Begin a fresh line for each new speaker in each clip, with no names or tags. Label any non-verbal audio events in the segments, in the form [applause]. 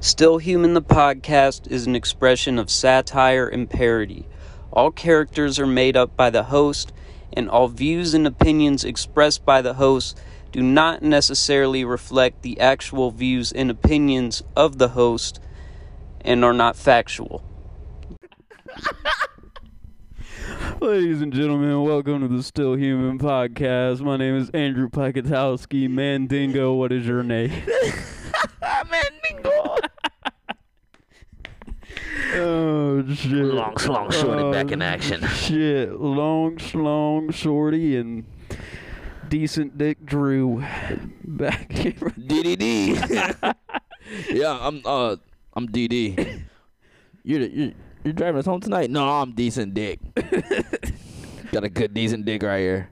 Still Human the podcast is an expression of satire and parody. All characters are made up by the host, and all views and opinions expressed by the host do not necessarily reflect the actual views and opinions of the host and are not factual. [laughs] Ladies and gentlemen, welcome to the Still Human podcast. My name is Andrew Pakatowski. Mandingo, what is your [laughs] name?
Mandingo.
oh shit!
Long, long, shorty back in action.
Shit, long, long, shorty, and decent Dick Drew [laughs] back. in-
DDD. [laughs] yeah, I'm uh I'm DD. You're the- you're, you're driving us home tonight? No, I'm decent dick. [laughs] Got a good decent dick right [laughs] here.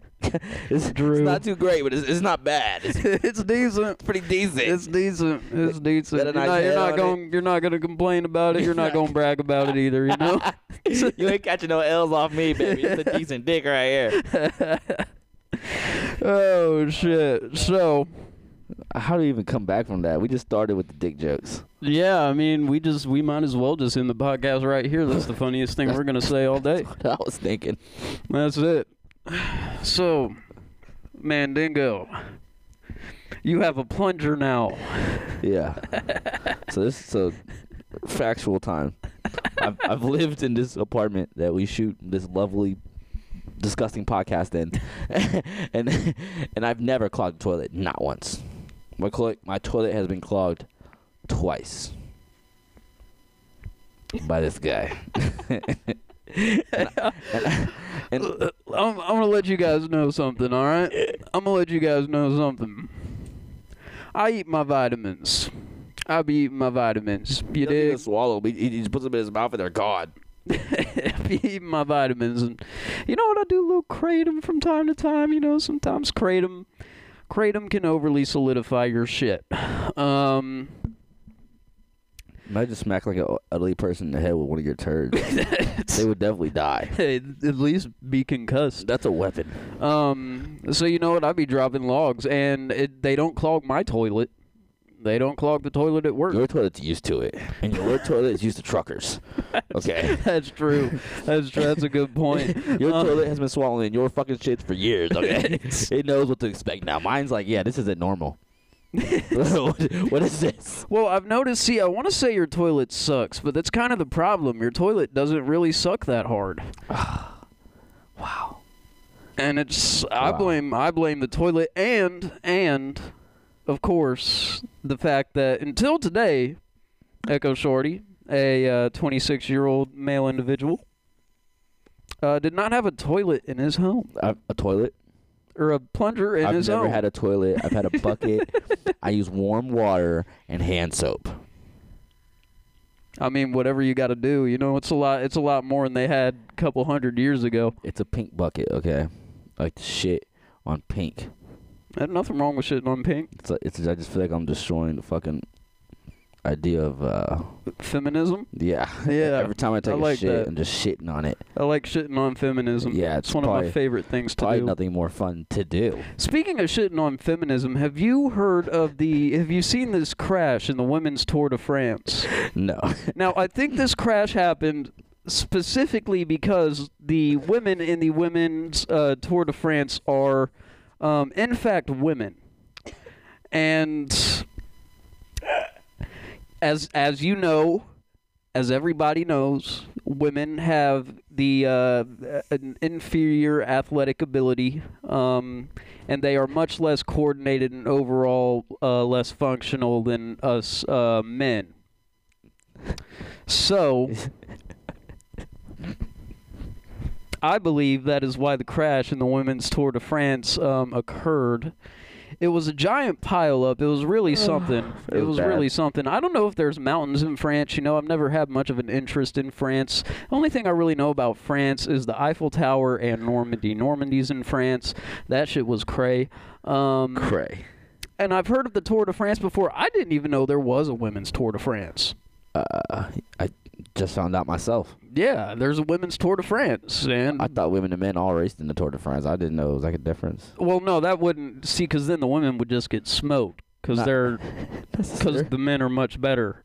it's,
Drew.
it's not too great, but it's, it's not bad. It's
[laughs] it's decent.
pretty decent.
It's decent. It's decent.
Got a
You're
nice
not, you're
head
not
on
going. You're not going to complain about it. You're not going to brag about it either. You know.
[laughs] you ain't catching no L's off me, baby. It's a decent dick right [laughs] here.
oh shit! So
How do you even come back from that? We just started with the dick jokes.
[laughs] yeah, I mean, we just we might as well just end the podcast right here. That's the funniest thing we're gonna say all
[laughs]
day.
What I was thinking.
That's it. [sighs] So, Mandingo, you have a plunger now.
[laughs] Yeah. so this so factual time. I've I've lived in this apartment that we shoot this lovely disgusting podcast in. [laughs] and and I've never clogged the toilet, not once. My clo- my toilet has been clogged twice by this guy.
I'm, Uh, I'm gonna let you guys know something, all right? I'm gonna let you guys know something. I eat my vitamins. I be eating my vitamins. [laughs] You
doesn't even
dig? [laughs]
swallow. He, he just puts them in his mouth and they're gone.
be eating my vitamins, and you know what? I do a little kratom from time to time. You know, sometimes kratom, kratom can overly solidify your shit. Um,
I just smack like an elderly person in the head with one of your turds. [laughs] they would definitely die.
hey, at least be concussed.
That's a weapon.
Um, so you know what? I'd be dropping logs, and it, they don't clog my toilet. They don't clog the toilet at work.
Your toilet's used to it, and your toilet is used to truckers. Okay.
[laughs] That's true. That's true. That's a good point.
[laughs] Your
Uh, [laughs]
toilet has been swallowing your fucking shits for years. Okay. it knows what to expect now. Mine's like, yeah, this isn't normal. [laughs] What- what is this?
well, I've noticed. See, I want to say your toilet sucks, but that's kind of the problem. Your toilet doesn't really suck that hard.
[sighs] Wow.
And it's I
Wow.
blame I blame the toilet and and of course the fact that until today, Echo Shorty, a 26 year old male individual, uh, did not have a toilet in his home
A, a toilet?
or a plunger in
I've
his
never
home.
had a toilet. I've had a bucket. I use warm water and hand soap.
I mean, whatever you got to do, you know, it's a lot. It's a lot more than they had a couple hundred years ago.
It's a pink bucket, okay? I Like the shit on pink.
There's nothing wrong with shitting on pink
It's like, it's I just feel like I'm destroying the fucking idea of uh
feminism.
[laughs] Yeah.
Yeah,
Every time I take
I
a
like
shit,
that.
I'm just shitting on it.
I like shitting on feminism.
Yeah,
it's,
it's
one of my
probably-
favorite things to
Probably
do.
nothing more fun
[laughs]
to do.
Speaking of shitting on feminism, have you heard of the? Have you seen this crash in the women's Tour de France?
No. [laughs]
Now, I think this crash happened specifically because the women in the women's uh, Tour de France are, um, in fact, women, and as as you know, as everybody knows, women have the uh, an inferior athletic ability, um, and they are much less coordinated and overall uh, less functional than us uh, men.
[laughs]
So, I believe that is why the crash in the women's Tour de France um, occurred. It was a giant pileup. It was really something. it
was
was
bad.
really something. I don't know if there's mountains in France. You know, I've never had much of an interest in France. The only thing I really know about France is the Eiffel Tower and Normandy. Normandy's in France. That shit was cray. Um,
Cray.
and I've heard of the Tour de France before. I didn't even know there was a women's Tour de France.
Uh, I just found out myself.
Yeah, there's a women's Tour de France, and
I thought women and men all raced in the Tour de France. I didn't know it was like a difference. [laughs]
well, no, that wouldn't see because then the women would just get smoked. because
Not- [laughs]
they're because
Because
the men are much better.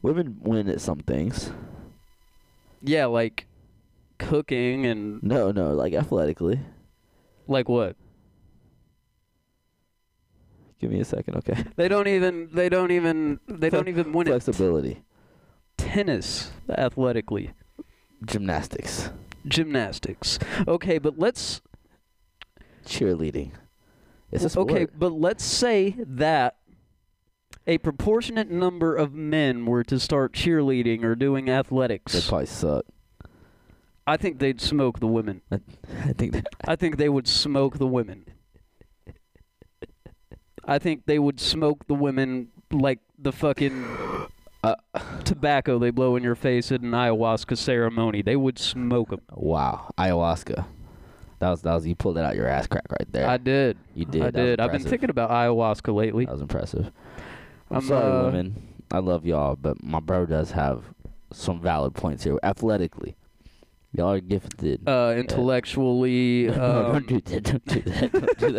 women win at some things.
Yeah, like cooking and
No, no, like athletically.
like what?
Give me a second, okay?
They don't even they don't even they don't even [laughs] win at
Flexibility,
tennis athletically.
gymnastics,
Gymnastics. Okay, but let's
cheerleading. It's a sport.
okay, but let's say that a proportionate number of men were to start cheerleading or doing
They
athletics.
probably suck. [laughs]
I think they'd smoke the women.
I, I think that
I think they would smoke the women. I think they would smoke the women like the fucking
Uh.
tobacco they blow in your face at an ayahuasca ceremony. They would smoke them.
wow, ayahuasca. That was that was you pulled it out your ass crack right there.
I did.
you did.
I
that was
did. I've been
impressive.
thinking about ayahuasca lately.
That was impressive. I'm,
I'm,
sorry,
uh,
women. I love y'all, but my bro does have some valid points here. Athletically, y'all are gifted. [laughs]
Uh, intellectually,
No, no,
um,
don't do that. Don't do that. Don't do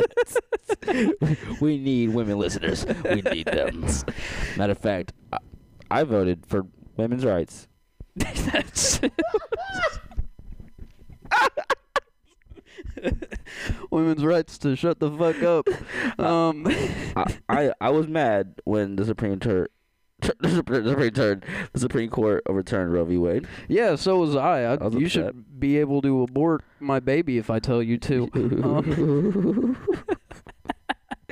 that. [laughs] we need women listeners. We
[laughs]
need them. Matter of fact, I, I voted for women's rights.
That's- Women's rights to shut the fuck up.
[laughs]
Um,
I, I, I was mad when the Supreme Tur- Tur- [laughs] the Supreme, the Supreme Turn, the Supreme Court overturned Roe v. Wade.
yeah, so was I. I,
I was
you should be able to abort my baby if I tell you
[laughs]
to. Um, [laughs]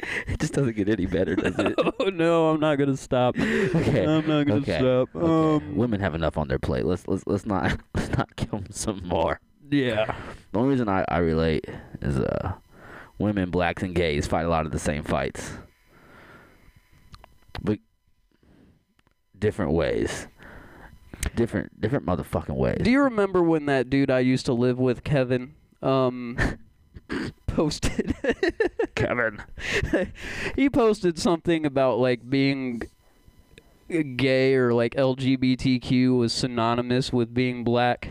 Oh. it just doesn't get any better, does it?
oh no, I'm not gonna stop.
[laughs] Okay.
I'm not gonna
Okay.
stop.
Okay,
Um,
Women have enough on their plate. Let's let's let's not [laughs] let's not kill 'em some more.
yeah.
The only reason I, I relate is uh, women, blacks, and gays fight a lot of the same fights, but different ways, different different motherfucking ways.
Do you remember when that dude I used to live with, Kevin,
[laughs]
um, posted? [laughs]
Kevin,
he posted something about like being gay or like LGBTQ was synonymous with being black.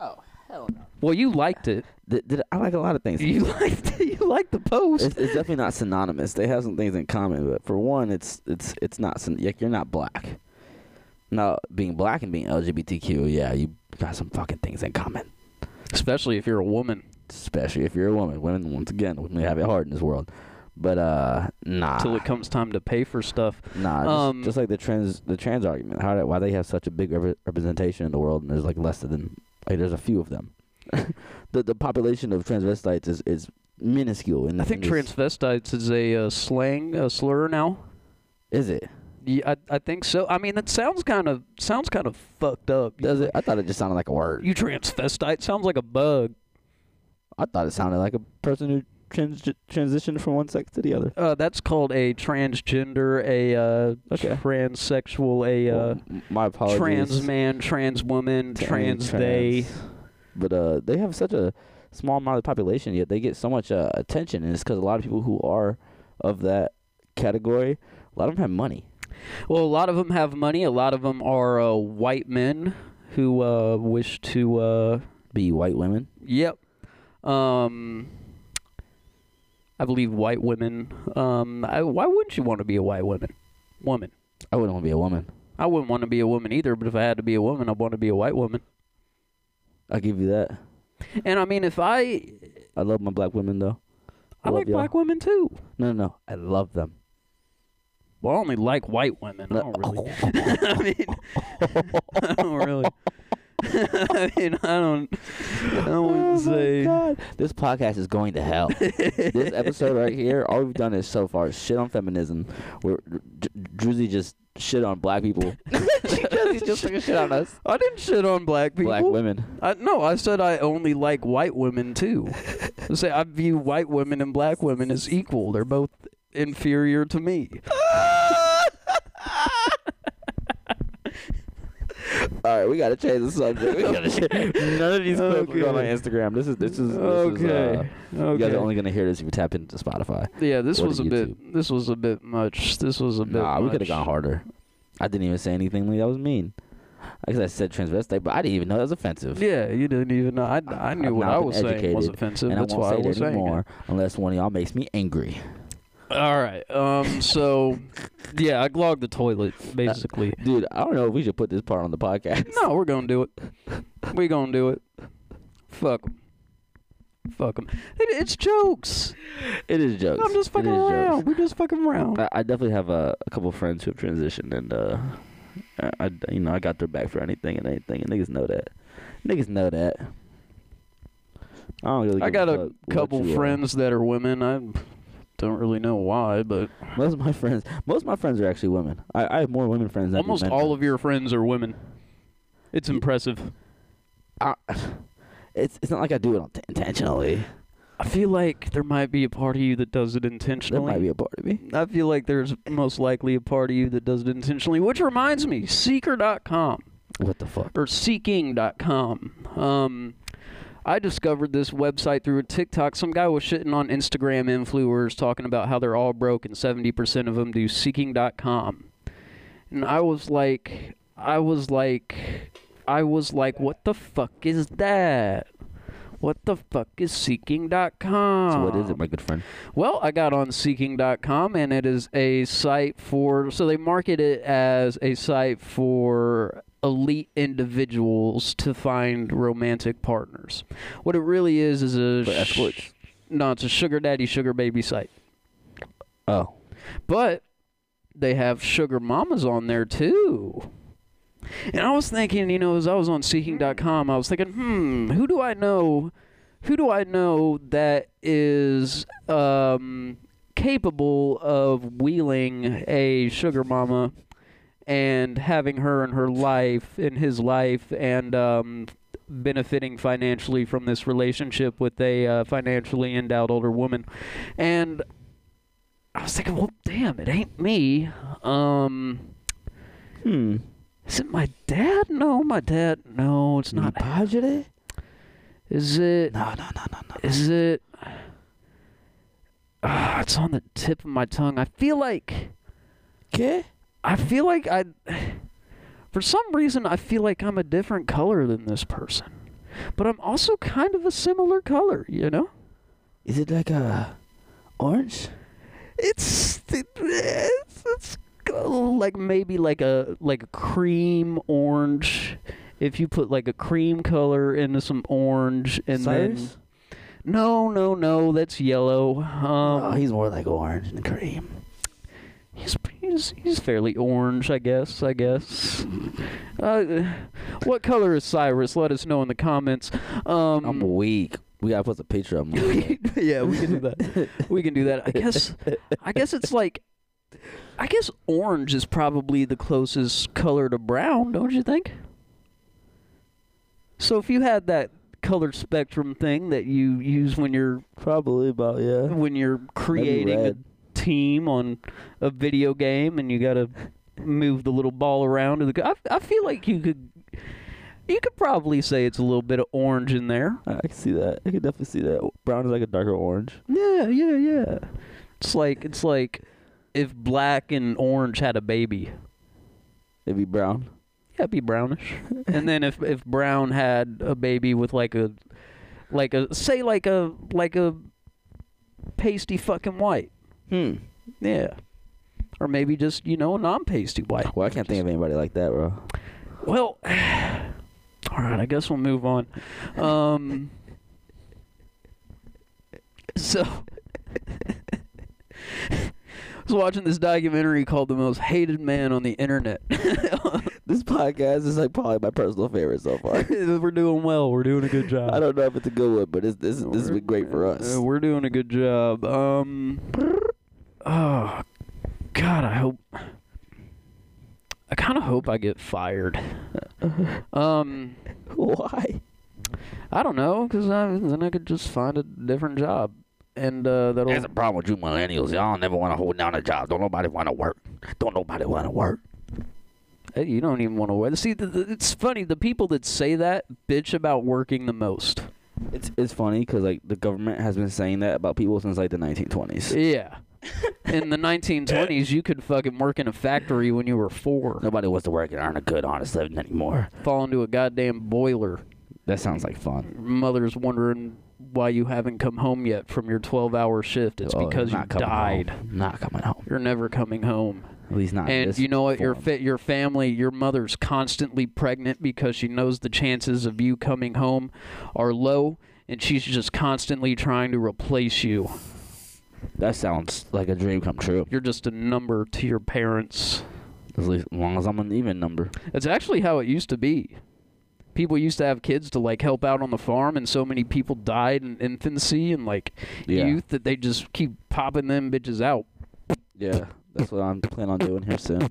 Oh, hell no.
Well, you liked it.
Th- th- I like a lot of things.
You [laughs] liked it. You liked the post. [laughs]
It's, it's definitely not synonymous. They have some things in common, but for one, it's it's it's not syn- like you're not black. Now, being black and being LGBTQ, yeah, you got some fucking things in common.
Especially if you're a woman.
especially if you're a woman. Women, once again, women have it hard in this world. But uh, nah,
Till it comes time to pay for stuff.
nah. Just,
um,
just like the trans, the trans argument. How do- why they have such a big repre- representation in the world, and there's like less than like there's a few of them. [laughs] the the population of transvestites is is minuscule. In
I think
in this-
transvestites is a uh, slang, a slur now.
is it
Yeah, I, I think so. I mean, it sounds kind of sounds kind of fucked up.
does it? I thought it just sounded like a word.
You transvestite sounds like a bug.
I thought it sounded like a person who trans- transitioned from one sex to the other.
Uh, that's called a transgender, a uh,
Okay.
transsexual, a uh,
Well, m- my apologies.
trans man, trans woman,
to [laughs] any
trans, they.
trans. But uh, they have such a small amount of population, yet they get so much uh, attention, and it's because a lot of people who are of that category, a lot of them have money.
Well, a lot of them have money. A lot of them are uh, white men who uh, wish to. Uh,
Be white women.
yep. Um, I believe white women. Um, I, why wouldn't you want to be a white woman? Woman.
I wouldn't want to be a woman.
I wouldn't want to be a woman either, but if I had to be a woman, I'd want to be a white woman.
I give you that.
And I mean, if I.
I love my black women though.
I,
love
like
y'all.
black women too.
No, no, no. I
[laughs]
love them.
Well, I only like white women. I
No-
don't really. [laughs] I mean, I don't Oh, really. I mean, I don't.
[laughs]
I
Oh my
wouldn't say.
God. This podcast is going to hell.
[laughs]
this episode right here, all we've done is so far is shit on feminism. We're Dr- Druzy just shit on
[laughs]
black people. she does. He's just like shit on us.
I didn't shit on black people.
Black women.
I, no, I said I only like white women too.
[laughs]
I say I view white women and black women as equal. They're both inferior to me.
All right, we gotta change the subject. We gotta
[laughs]
change. [laughs] None of these clips are going on
Okay.
Instagram. This is this is this
okay.
Is, uh, You
okay.
guys are only gonna hear this if you tap into Spotify.
yeah, this
Or to
was a bit. This was a bit much. This was a bit.
Nah, we could
much.
have gone harder. I didn't even say anything that was mean. I guess I said transvestite, but I didn't even know that was offensive.
Yeah, you didn't even know. I, I knew
I've
what
now
I
been
was saying was
educated,
offensive.
and I
That's
won't
why
say
I was
it
saying it.
anymore unless one of y'all makes me angry.
All right. Um. So, [laughs] yeah, I clogged the toilet basically.
Dude, I don't know if we should put this part on the podcast. [laughs]
No, we're gonna do it. We gonna do it. Fuck 'em. Fuck 'em. It, it's jokes.
It is jokes.
I'm just
It
fucking
is jokes.
around. We're just fucking around.
I, I definitely have a, a couple friends who have transitioned, and uh, I, I- you know I got their back for anything and anything, and niggas know that. Niggas know that. I don't really.
I
give
got
fuck
a
what
couple
you are.
friends that are women. I don't really know why, but
Most of my friends, most of my friends are actually women. I, I have more women friends. Than
almost all of your friends are women. It's impressive.
I, it's it's not like I do it on t- intentionally.
I feel like there might be a part of you that does it
There
intentionally.
might be a part of me.
I feel like there's most likely a part of you that does it intentionally, which reminds me, seeker.com
What the fuck?
or seeking.com. Um, I discovered this website through a TikTok. Some guy was shitting on Instagram influencers talking about how they're all broke and 70% of them do seeking.com. And I was like, I was like, I was like, what the fuck is that? What the fuck is seeking.com?
So what is it, my good friend?
Well, I got on seeking.com and it is a site for so they market it as a site for elite individuals to find romantic partners. What it really is is a
For escorts.
sh- no, it's a sugar daddy sugar baby site.
Oh,
But they have sugar mamas on there too. And I was thinking, you know, as I was on seeking.com, I was thinking, hmm, who do I know? Who do I know that is um, capable of wheeling a sugar mama and having her in her life, in his life, and um, benefiting financially from this relationship with a uh, financially endowed older woman? And I was thinking, well, damn, it ain't me. Um,
hmm.
is it my dad? No, my dad. No, it's not.
Padre?
Is it?
No, no, no, no, no.
Is it? Ah, it's on the tip of my tongue. I feel like.
¿Qué?
I feel like I. For some reason, I feel like I'm a different color than this person, but I'm also kind of a similar color. You know.
Is it like a orange?
It's it's, it's like maybe like a like a cream orange. If you put like a cream color into some orange and
Cyrus?
then no no no that's yellow. Um,
oh, he's more like orange and cream.
he's, he's he's fairly orange, I guess. I guess. Uh, what color is Cyrus? Let us know in the comments. Um,
I'm [laughs] weak. We gotta put the picture [laughs] up.
[laughs] yeah, we can do that.
[laughs]
We can do that. I guess. I guess it's like. I guess orange is probably the closest color to brown, don't you think? So if you had that color spectrum thing that you use when you're
Probably about yeah.
when you're creating a
red.
team on a video game and you got to move the little ball around to the I, I feel like you could you could probably say it's a little bit of orange in there.
I I can see that. I can definitely see that. Brown is like a darker orange.
Yeah, yeah, yeah. It's like it's like if black and orange had a baby.
It'd be brown.
Yeah, it'd be
[laughs]
brownish. and then if if brown had a baby with like a like a say like a like a pasty fucking white.
Hmm.
Yeah. Or maybe just, you know, a non pasty white.
Well, I can't think of anybody like that, bro.
Well [sighs] all right, I guess we'll move on. Um So [laughs] I was watching this documentary called The Most Hated Man on the Internet.
[laughs]
[laughs]
This podcast is like probably my personal favorite so [laughs] far.
we're doing well. We're doing a good job.
I don't know if it's a good one, but it's, this this has been great for us.
Uh, we're doing a good job. Um, oh, God, I hope. I kind of hope I get fired.
[laughs]
Um,
[laughs] Why?
I don't know, cause I, then I could just find a different job, and uh, that'll.
There's a problem with you millennials. Y'all never want to hold down a job. Don't nobody want to work. Don't nobody want to work.
Hey, you don't even want to work. See, th- th- it's funny. The people that say that bitch about working the most.
It's it's funny because like the government has been saying that about people since like the 1920s.
[laughs]
Yeah. In the 1920s, you could fucking work in a factory when you were four,
Nobody wants to work and earn a good, honest living anymore.
fall into a goddamn boiler.
That sounds like fun.
mother's wondering why you haven't come home yet from your 12 hour shift. It's
Oh,
because you
not coming
died.
Home. Not coming home.
You're never coming home.
At least not. in
and
this
you know what? Your
form.
fit, your family, your mother's constantly pregnant because she knows the chances of you coming home are low, and she's just constantly trying to replace you.
That sounds like a dream come true.
You're just a number to your parents.
As, least, as long as I'm an even number.
That's actually how it used to be. People used to have kids to like help out on the farm, and so many people died in infancy and like
Yeah.
youth that they just keep popping them bitches out,
Yeah, that's what I'm planning on doing here soon.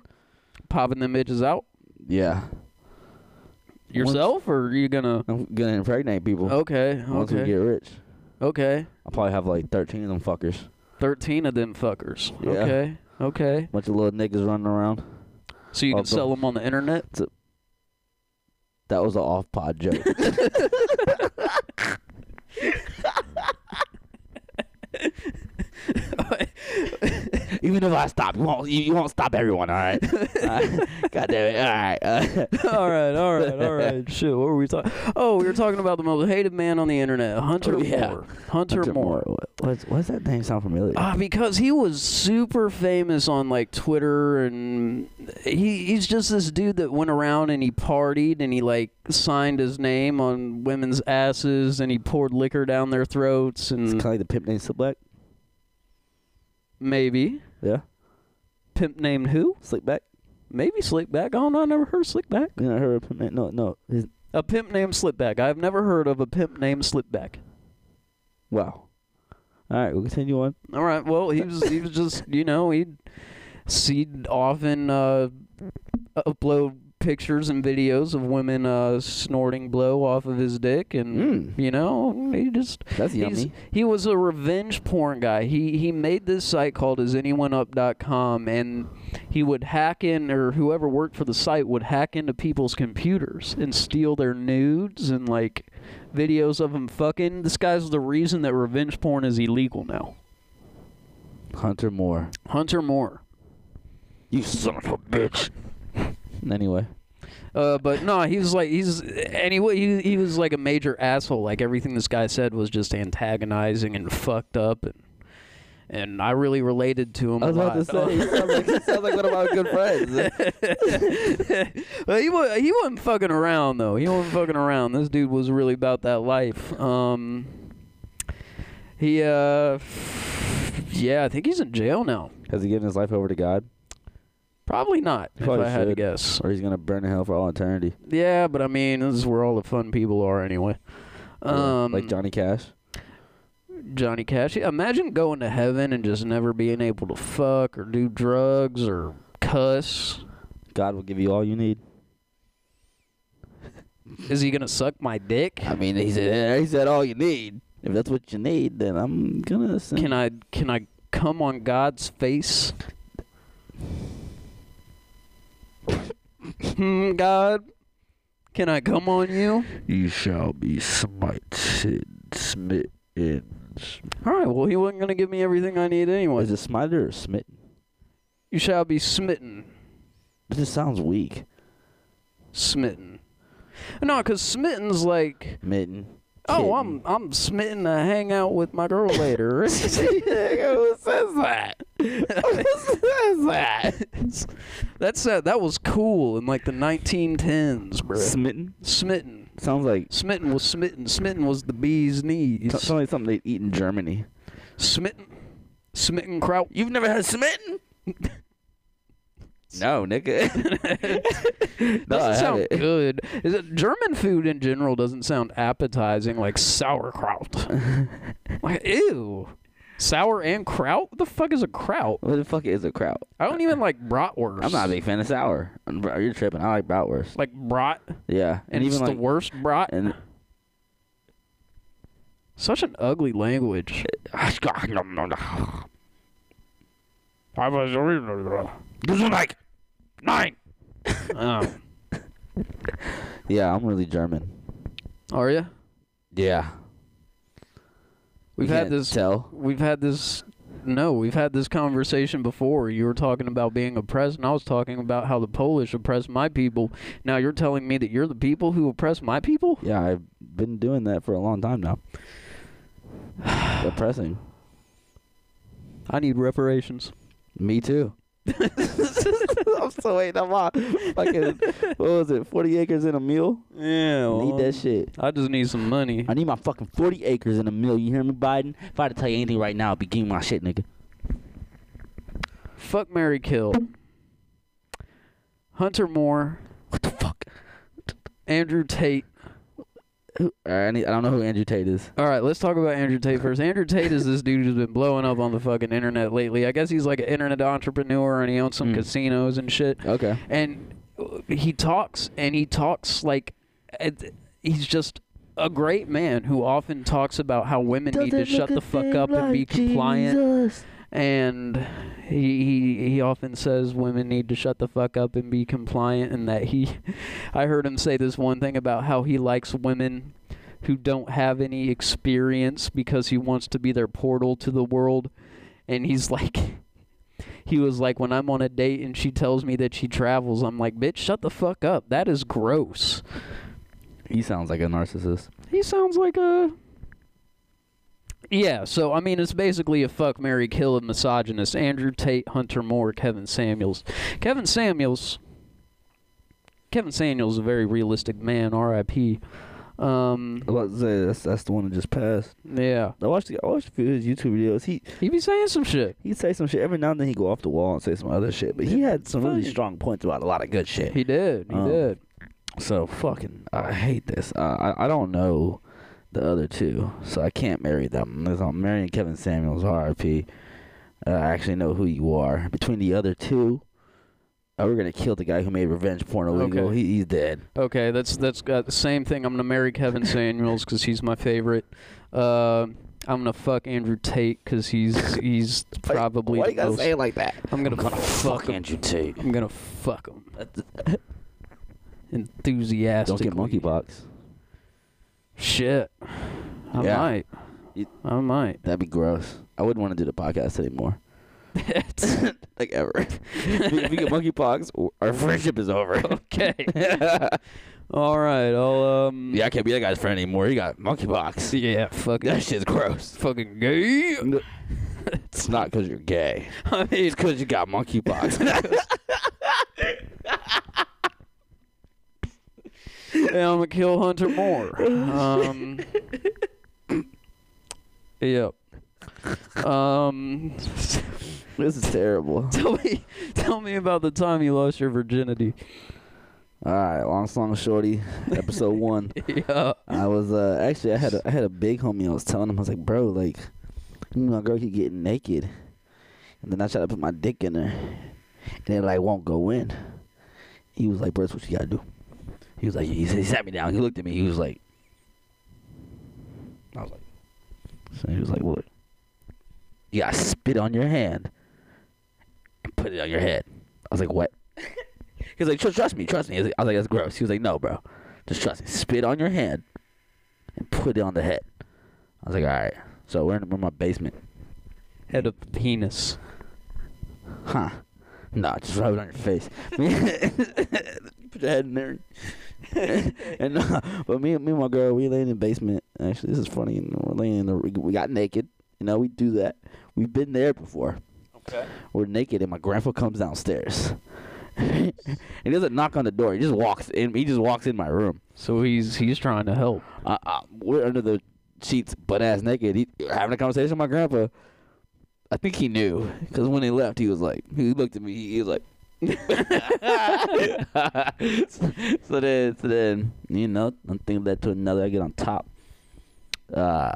popping them bitches out.
Yeah,
Yourself, or are you gonna?
I'm gonna impregnate people
Oh,
Okay,
once we
okay,
get rich.
okay.
I'll probably have like 13 of them fuckers.
Thirteen of them fuckers.
Yeah.
Okay, okay.
Bunch of little niggas running around.
So you can
Of the-
sell them on the
[laughs]
internet.
That was an off pod joke.
[laughs] Even if I stop, you won't. You, you won't stop everyone.
[laughs]
All right. Uh, God damn it. [laughs] All right. Uh,
all right, all right, all
[laughs]
right. Shit, what were we talking? Oh, we were talking about the most hated man on the internet, Hunter
Oh, yeah.
Moore. Hunter, Moore.
What's, what's that name sound familiar?
Ah, because he was super famous on like Twitter, and he he's just this dude that went around and he partied and he like signed his name on women's asses and he poured liquor down their throats
it's
and
kind of like the pimp named Slick Black.
maybe
Yeah,
pimp named who?
Slickback.
Maybe Slickback. Oh no, I never heard of Slickback.
You know, I heard of pimp named no, no. His,
A pimp named Slipback. I've never heard of a pimp named Slipback.
wow. All right, we'll continue on.
All right. Well, he was he was just you know he'd seed often uh, upload pictures and videos of women uh, snorting blow off of his dick, and
Mm.
you know he just
That's
he's,
yummy.
he was a revenge porn guy. He he made this site called IsAnyoneUp.com, and he would hack in or whoever worked for the site would hack into people's computers and steal their nudes and like videos of them fucking. This guy's the reason that revenge porn is illegal now.
Hunter Moore.
Hunter Moore.
you son of a bitch.
Anyway,
Uh, but no, he was like he's anyway. He he was like a major asshole. Like everything this guy said was just antagonizing and fucked up, and and I really related to him.
I was
a
about to
lot.
say he sounds like, he sounds like one of my good
[laughs]
friends.
Well, he was he wasn't fucking around though. He wasn't fucking around. This dude was really about that life. Um, he uh, yeah, I think he's in jail now.
Has he given his life over to God,
Probably not,
He probably
if I had to
should.
guess.
or he's gonna burn in hell for all eternity?
Yeah, but I mean, this is where all the fun people are anyway.
Yeah,
Um,
like Johnny Cash.
Johnny Cash. Yeah, Imagine going to heaven and just never being able to fuck or do drugs or cuss.
God will give you all you need.
Is he gonna suck my dick?
I mean, he said he said all you need. If that's what you need, then I'm gonna. Send
Can I can I come on God's face? [laughs] hmm, God, can I come on you?
You shall be smited, smitten.
All right. Well, he wasn't gonna give me everything I need anyway.
Is it smiter or smitten?
You shall be smitten,
It just sounds weak.
smitten. No, because smitten's like,
Mitten.
oh, I'm I'm smitten to hang out with my girl
[laughs]
later.
Who says that?
That's uh, that was cool in like the 1910s, bro.
Smitten
smitten,
sounds like
smitten was smitten. Smitten was the bee's knees.
so- sounds like something they eat in Germany.
smitten, smitten
[laughs]
kraut. [laughs]
You've never had smitten? no, [laughs] nigga. no, I
Doesn't
had
sound
it.
good. Is it German food in general doesn't sound appetizing like
[laughs]
sauerkraut. like ew, sour and kraut. What the fuck is a kraut?
What the fuck is a kraut?
I don't even like bratwurst.
I'm not a big fan of sour. I'm- bro, You're tripping. I like bratwurst.
like brat, and,
Yeah, and
it's
even like
the worst brat.
and
Such an ugly language.
I was Losing like nine.
Oh.
yeah, I'm really German.
[coughs] Are you?
Yeah,
We've
You
had
can't
this.
Tell
We've had this. No, we've had this conversation before. You were talking about being oppressed, and I was talking about how the Polish oppress my people. Now you're telling me that you're the people who oppress my people?
Yeah, I've been doing that for a long time now. [sighs] Depressing.
I need [laughs] reparations.
Me too. [laughs] I'm still waiting on my fucking what was it? Forty acres and a mule.
Yeah.
Need that shit.
I just need some money.
I need my fucking forty acres and a mule. You hear me, Biden? If I had to tell you anything right now, it'd be give me my shit, nigga.
Fuck Mary Kill. Hunter Moore.
What the fuck?
Andrew Tate.
All right, I, need, I don't know who Andrew Tate is.
All right, let's talk about Andrew Tate first. Andrew Tate is this dude who's been blowing up on the fucking internet lately. I guess he's like an internet entrepreneur and he owns some
Mm.
casinos and shit.
Okay.
And uh, he talks and he talks like it- he's just a great man who often talks about how women need to shut the fuck up and be compliant. and he, he he often says women need to shut the fuck up and be compliant and that he [laughs] I heard him say this one thing about how he likes women who don't have any experience because he wants to be their portal to the world and he's [laughs] like he was like when I'm on a date and she tells me that she travels I'm like bitch shut the fuck up that is gross
He sounds like a narcissist.
he sounds like a yeah, so I mean, it's basically a fuck, Mary, kill, and misogynist. Andrew Tate, Hunter Moore, Kevin Samuels. Kevin Samuels. Kevin Samuels is a very realistic man. R.I.P. Um,
I was about to say that's that's the one that just passed.
yeah,
I watched I watched a few of his YouTube videos. He
he be saying some shit.
he'd say some shit every now and then. He'd go off the wall and say some other shit. But he had some really
Fine.
strong points about a lot of good shit.
He did. He
Um,
did.
So fucking, I hate this. I I, I don't know the other two, so I can't marry them. There's- I'm marrying Kevin Samuels, R.I.P. Uh, I actually know who you are. Between the other two, uh, we're gonna kill the guy who made revenge porn illegal.
Okay.
He, he's dead.
Okay, that's that's got the same thing. I'm gonna marry Kevin Samuels because he's my favorite. Uh, I'm gonna fuck Andrew Tate because he's he's probably
Why
the
you gotta
most-
say it like that?
I'm gonna, fuck, him.
Andrew Tate.
I'm gonna fuck him.
[laughs]
Enthusiastically.
Don't get monkey box.
Shit. I
Yeah.
might.
You-
I
[laughs]
might.
That'd be gross. I wouldn't want to do the
[laughs]
podcast anymore. like ever. [laughs] if we get monkeypox, our friendship is over.
[laughs]
[laughs]
okay.
yeah,
All right. I'll um.
I can't be that guy's friend anymore. He got monkeypox.
Yeah. Fucking.
[laughs] That shit's gross.
[laughs] fucking gay.
No. [laughs] It's not because you're gay.
[laughs] I mean,
It's because you got monkeypox.
and I'm gonna kill Hunter Moore.
[laughs]
Um. yep. Um.
[laughs]
[laughs]
this is terrible.
tell me, tell me about the time you lost your virginity.
All right, long song shorty, episode one.
Yeah.
I was uh, actually I had a, I had a big homie. I was telling him I was like, bro, like you know, my girl keep getting naked, and then I tried to put my dick in her, and it like won't go in. He was like, bro, that's what you gotta do. He was like, he, he sat me down. He looked at me. He was like, I was like, so he was like, look, you gotta spit on your hand and put it on your head. I was like, what? he was like, "Tru- trust me, trust me. I was like- I was like, that's gross. He was like, no, bro. Just trust me. Spit on your hand and put it on the head. I was like, all right. So we're in, we're in my basement.
Head of penis.
Huh. Nah, just rub it on your face. [laughs] put your head in there. [laughs] and uh, but me, and me and my girl, we laying in the basement. Actually, this is funny. And we're laying in the. We got naked. You know, we do that. We've been there before.
Okay.
We're naked, and my grandpa comes downstairs. [laughs] and he doesn't knock on the door. He just walks in. He just walks in my room.
So he's he's trying to help.
I, I, we're under the sheets, butt ass naked, he, having a conversation with my grandpa. I think he knew because when he left, he was like, he looked at me, he, was like, [laughs] so, then, so then, you know, one thing led to another. I get on top. Uh,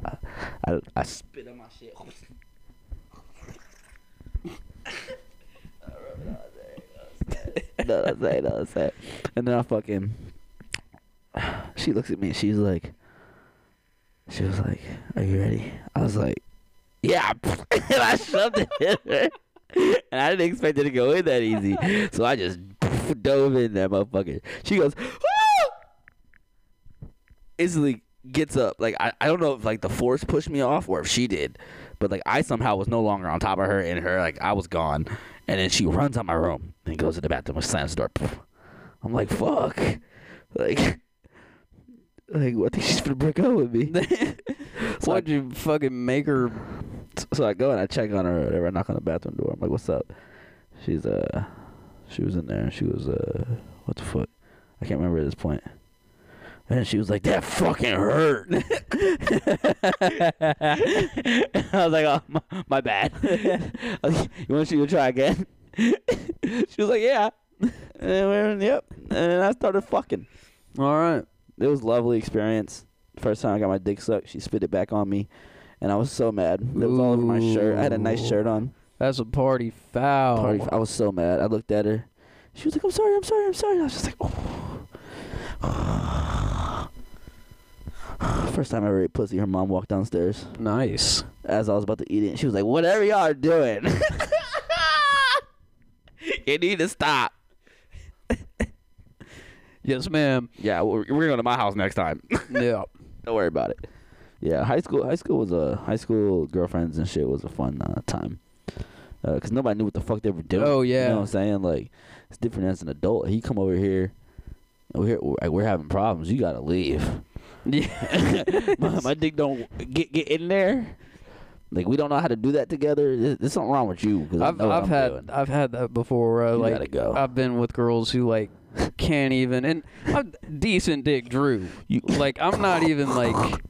I, I spit on my shit. [laughs] no, that's it. No, that's it. And then I fucking. She looks at me. and She's like. She was like, "Are you ready?" I was like, "Yeah," [laughs] and I shoved it in her. And I didn't expect it to go in that easy, so I just [laughs] dove in that motherfucker. She goes, "Ah!" instantly gets up. Like I, I don't know if like the force pushed me off or if she did, but like I somehow was no longer on top of her and her like I was gone. And then she runs out my room and goes to the bathroom and slams the door. I'm like, fuck, [laughs] like. Like, I think she's gonna break up with me.
Why'd you fucking make her?
So I go and I check on her or whatever. I knock on the bathroom door. I'm like, "What's up?" She's uh, she was in there. and She was uh, what the fuck? I can't remember at this point. And she was like, "That fucking hurt." [laughs] I was like, "Oh, my, my bad." [laughs] I was like, you want you to try again? [laughs] she was like, "Yeah." And we were- yep. And I started fucking.
All right.
It was a lovely experience. First time I got my dick sucked, she spit it back on me, and I was so mad. It was all over my shirt. I had a nice
Ooh.
shirt on.
That's a party foul.
Party. I was so mad. I looked at her. She was like, "I'm sorry, I'm sorry, I'm sorry." I was just like, "Oh." First time I ever ate pussy. Her mom walked downstairs
Nice.
as I was about to eat it. and She was like, "Whatever y'all are doing, [laughs] you need to stop."
Yes, ma'am.
Yeah, we're, we're going to my house next time.
yeah.
Don't worry about it. Yeah, high school. High school was a high school girlfriends and shit was a fun uh, time. Uh 'cause nobody knew what the fuck they were doing.
Oh,
you
yeah.
know what I'm saying? Like it's different as an adult. He come over here, and we're like, we're having problems. You gotta leave.
[laughs]
[laughs]
Yeah.
my, my dick don't get get in there. Like we don't know how to do that together. There's, there's something wrong with you. 'cause I
I've
know what
I've
I'm
had
doing.
I've had that before. Where I,
You
like
gotta go.
I've been with girls who like can't even and I'm decent dick Drew.
You- [laughs]
like I'm not even like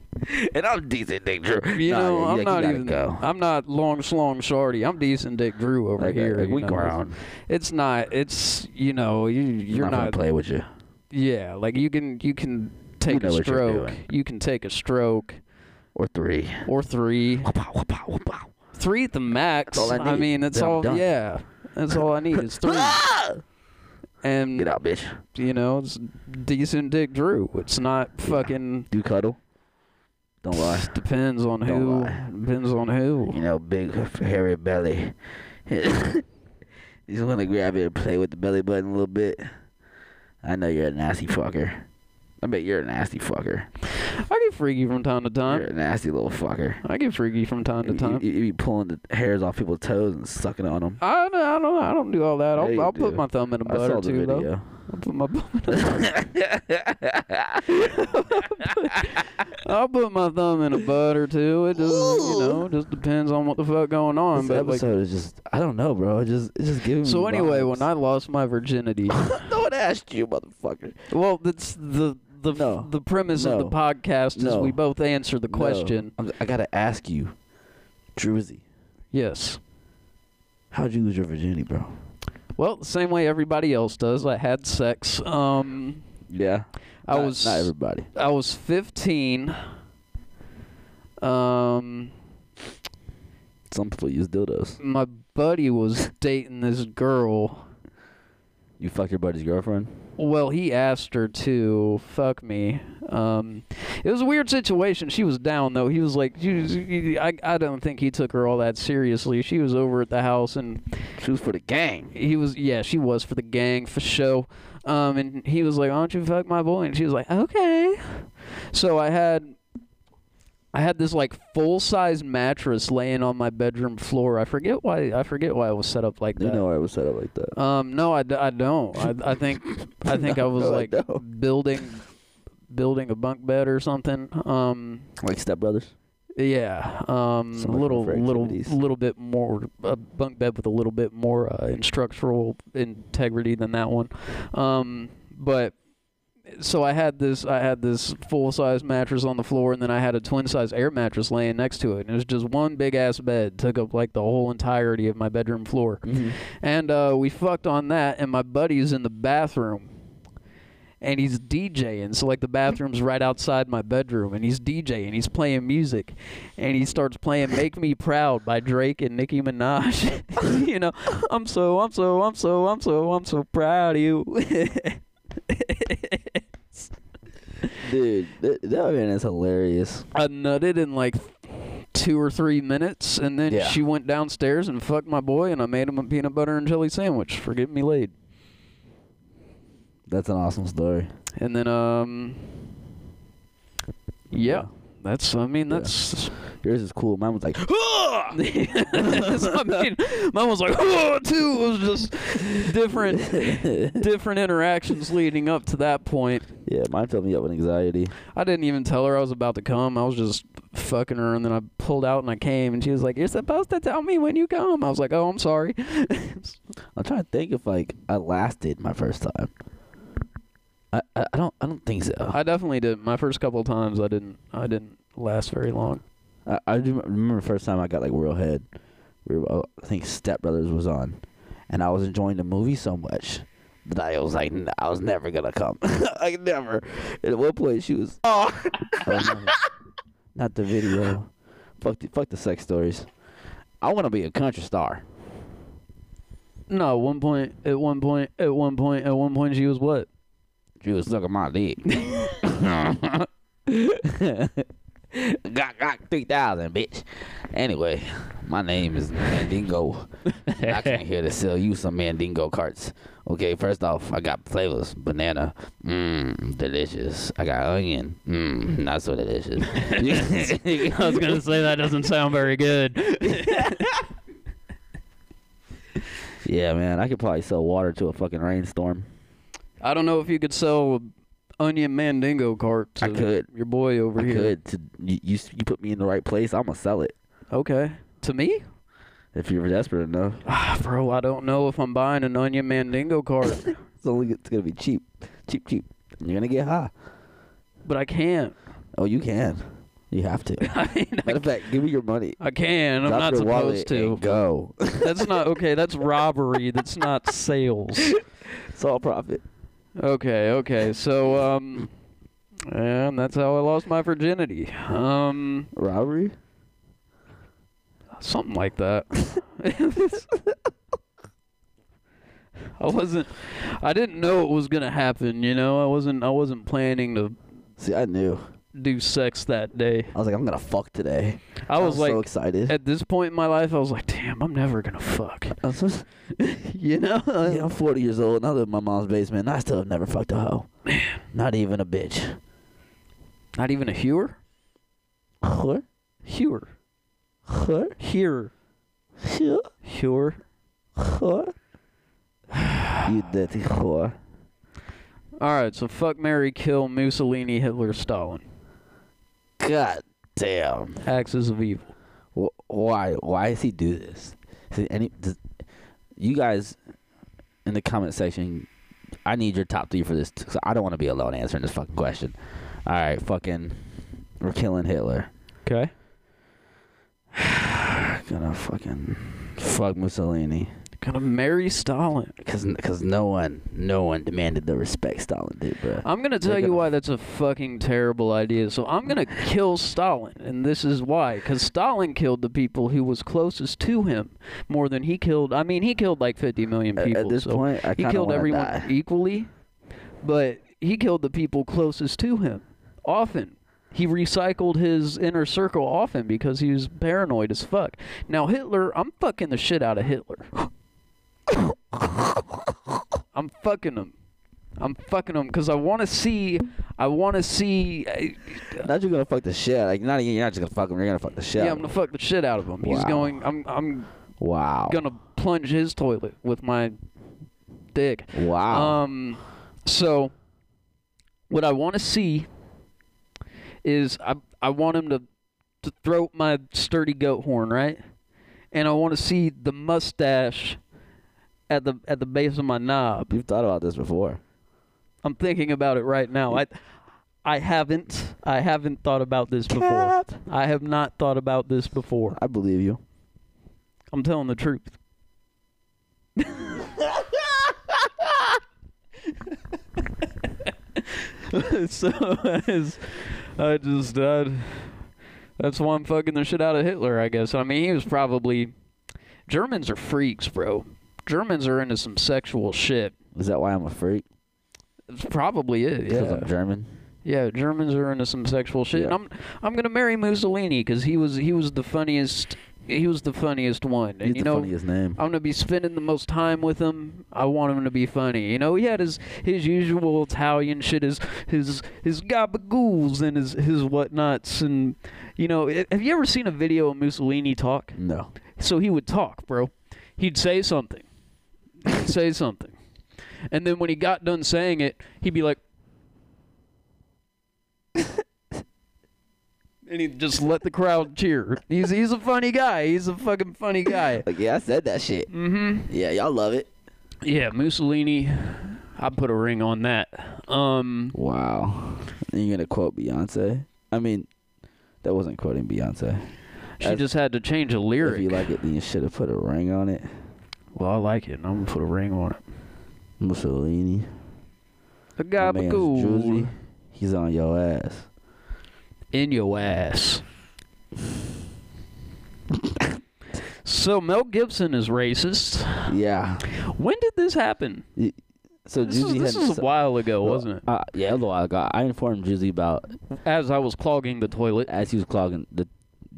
and I'm decent, Dick Drew.
you
Nah,
know
you-
I'm
like, you
not
gotta
even
go.
I'm not long slong shorty. I'm decent dick Drew over
Like,
here.
like,
you
we
know?
grown.
It's not. It's you know you you're
I'm not,
not.
gonna play with you.
yeah, like you can you can take
know
a
what you're
stroke.
doing.
You can take a stroke
Or three.
or three.
Whoop-pow, whoop-pow, whoop-pow.
Three at the max.
That's all I need.
mean, that's
Then I'm
all.
done.
Yeah, that's all I need is
[laughs]
three. and
Get out, bitch.
you know, it's decent Dick Drew. It's not fucking.
Do you cuddle? Don't lie.
Depends on
Don't
who.
lie.
Depends on who.
You know, big hairy belly. you just want to grab it and play with the belly button a little bit. I know you're a nasty fucker. I bet you're a nasty fucker.
I get freaky from time to
You're
time.
a nasty little fucker.
I get freaky from time to
You-
time.
You, you be pulling the hairs off people's toes and sucking on them.
I don't, I don't. I don't do all that.
Yeah,
I'll,
you
I'll put
do.
my thumb in a
I
butt
saw
or
the
two, though.
video.
I'll put my. bum in
[laughs]
a- I'll put my thumb in a butt or two. It just, you know, it just depends on what the fuck going on.
This
but like,
episode is just, I don't know, bro. It just, it's just giving
so
me
anyway,
Hmm, vibes.
when I lost my
[laughs]
virginity,
no one asked you, motherfucker.
well, that's the the
No.
the premise of the
No.
podcast is
No.
we both answer the
No.
question.
I'm- I gotta ask you, Druzy,
Yes.
how'd you lose your virginity, bro?
Well, the same way everybody else does. I had sex. Um,
Yeah,
I
Not-
was
not everybody.
I was 15. Um,
Some people use dildos.
my buddy was dating this girl.
You fuck your buddy's girlfriend.
Well, he asked her to fuck me. Um, it was a weird situation. She was down though. He was like, she was, he- I, I don't think he took her all that seriously. She was over at the house and
Choose for the gang.
he was yeah she was for the gang for show um and he was like why don't you fuck my boy and she was like okay so i had i had this like full size mattress laying on my bedroom floor i forget why i forget why it was set up like
You
that
know why it was set up like that.
um no i, d- I don't I, I think i think i
[laughs] No,
was
no, I
like
don't.
building building a bunk bed or something um
Like stepbrothers.
yeah, um, a
Some
little,
looking for
little,
activities.
little bit more a bunk bed with a little bit more uh, in structural integrity than that one. Um, but so I had this, I had this full size mattress on the floor, and then I had a twin size air mattress laying next to it, and it was just one big ass bed took up like the whole entirety of my bedroom floor.
Mm-hmm.
And uh, we fucked on that, and my buddy's in the bathroom. And he's DJing, so like the bathroom's right outside my bedroom, and he's DJing, he's playing music, and he starts playing "Make Me Proud" by Drake and Nicki Minaj. [laughs] you know, I'm so, I'm so, I'm so, I'm so, I'm so proud of you.
[laughs]
[laughs]
Dude, that, that man is hilarious.
I nutted in like two or three minutes, and then
Yeah.
she went downstairs and fucked my boy, and I made him a peanut butter and jelly sandwich for getting me laid.
That's an awesome story.
And then um Yeah.
Yeah.
That's I mean
Yeah.
that's
Yours is cool. Mine was like,
That's- [laughs] I mean mine was like oh too it was just different [laughs] different interactions leading up to that point.
yeah, mine filled me up with anxiety.
I didn't even tell her I was about to come. I was just fucking her, and then I pulled out and I came, and she was like, "You're supposed to tell me when you come." I was like, "Oh, I'm sorry."
I'm trying to think if like I lasted my first time. I I, I don't I don't think so.
I definitely did. My first couple of times, I didn't. I didn't last very long.
I, I do remember the first time I got like real head. We were, oh, I think Step Brothers was on, and I was enjoying the movie so much that I was like, "N- I was never gonna come. [laughs] I never. And at one point, she was, [laughs] oh, no. not the video. Fuck the, fuck the sex stories. I want to be a country star.
No, at one point, at one point, at one point, at one point, she was what?
She was sucking my
[laughs]
dick. [laughs] got got three thousand, bitch. Anyway, my name is Mandingo. I came here to sell you some Mandingo carts. Okay, first off, I got flavors: banana, mmm, delicious. I got onion, mmm, not so delicious.
[laughs] I was gonna say that doesn't sound very good.
[laughs] yeah, man, I could probably sell water to a fucking rainstorm.
I don't know if you could sell a onion mandingo cart. To
I could.
Your boy over
I
here.
could. To, you, you you put me in the right place. I'ma sell it
Okay. To me,
if you're desperate enough.
ah, bro, I don't know if I'm buying an onion mandingo cart,
[laughs] It's only it's gonna be cheap, cheap, cheap. And You're gonna get high.
but I can't. [laughs]
Oh, you can. You have to.
I mean,
Matter of fact, give me your money.
I can. I'm
Drop
not
your
supposed
wallet
to.
And go. [laughs]
That's not okay. That's robbery. That's not
[laughs]
sales.
it's all profit.
Okay, okay. So, um, and that's how I lost my virginity. Um,
Robbery.
something like that. [laughs] I wasn't. I didn't know it was gonna happen. You know, I wasn't. I wasn't planning to
See, I knew.
do sex that day.
I was like, I'm gonna fuck today.
I was
so
like,
excited.
at this point in my life, I was like, damn, I'm never gonna fuck. [laughs]
[laughs] I'm so-
You know?
yeah, I'm 40 years old and I live in my mom's basement. And I still have never fucked a hoe. Not even a bitch.
Not even a hewer.
Whore?
Hewer.
Whore?
Hewer. [sighs]
Whore?
Hewer.
Whore? You dirty whore.
All right. So fuck, Mary, kill Mussolini, Hitler, Stalin.
God damn.
Axis of evil.
Wh- Why? Why does he do this? See, any, does, you guys in the comment section, I need your top three for this. T- 'cause I don't want to be alone answering this fucking question. All right, fucking, we're killing Hitler.
Okay.
Gonna fucking fuck Mussolini.
Gonna marry Stalin.
Cause, cause no one, no one demanded the respect Stalin did, bro.
I'm gonna tell you
gonna-
why that's a fucking terrible idea. So I'm gonna kill Stalin, and this is why, because Stalin killed the people who was closest to him more than he killed. I mean, he killed like 50 million
At-
people.
At this
so
point, I
he
kinda
killed
wanna
everyone
die.
equally, but he killed the people closest to him. Often, he recycled his inner circle often because he was paranoid as fuck. Now Hitler, I'm fucking the shit out of Hitler. [laughs] I'm fucking him. I'm fucking him because I want to see. I want to see.
[laughs]
uh,
Not you're gonna fuck the shit. Like not even you're not just gonna fuck him. You're gonna fuck the shit.
yeah,
out
I'm
of
gonna
him.
fuck the shit out of him. He's
Wow.
going. I'm. I'm
wow.
gonna plunge his toilet with my dick.
wow.
Um, so what I want to see is I I want him to to throat my sturdy goat horn right, and I want to see the mustache at the at the base of my knob.
You've thought about this before.
I'm thinking about it right now. I I haven't I haven't thought about this before. I have not thought about this before.
I believe you.
I'm telling the truth. [laughs] so I just- I just uh, that's why I'm fucking the shit out of Hitler, I guess. I mean, he was probably Germans are freaks, bro. Germans are into some sexual shit.
Is that why I'm a freak?
It's probably it.
Because
Uh, Yeah.
I'm German.
Yeah, Germans are into some sexual shit.
Yeah.
And I'm I'm gonna marry Mussolini because he was he was the funniest he was the funniest one. And
He's
you
the
know
funniest name.
I'm gonna be spending the most time with him. I want him to be funny. You know he had his his usual Italian shit, his his his gabagools and his his whatnots and you know i- have you ever seen a video of Mussolini talk?
No.
So he would talk, bro. He'd say something. He'd [laughs] say something. And then when he got done saying it, he'd be like [laughs] and he just let the crowd cheer. He's he's a funny guy. He's a fucking funny [laughs] guy.
Like, yeah, I said that shit.
Mm-hmm.
Yeah, y'all love it.
Yeah, Mussolini. I put a ring on that. Um,
Wow. Are you gonna quote Beyonce? I mean, that wasn't quoting Beyonce.
she
That's-
just had to change a lyric.
If you like it, then you should have put a ring on it.
well, I like it, and I'm gonna put a ring on it.
Mussolini.
The
My man's
gabagool
Drizzy, He's on your ass.
in your ass. so Mel Gibson is racist.
Yeah.
When did this happen?
So
This, was,
Juicy
this
had
was a while ago, wasn't it?
Uh, yeah, it was a while ago. I informed Juicy about
As I was clogging the toilet.
as he was clogging the.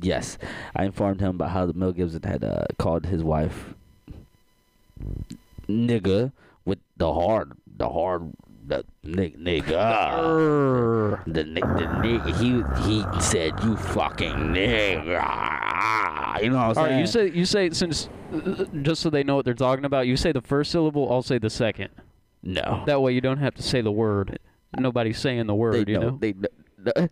Yes, I informed him about how Mel Gibson had uh, called his wife nigga with the hard, the hard, the nig- nigga.
Err.
The, ni- the nigga, he he said you fucking nigga. You know what I'm
All
saying?
right, you say you say since uh, just so they know what they're talking about. You say the first syllable. I'll say the second.
no.
That way you don't have to say the word. Nobody's saying the
they
word, you know.
They know. [laughs]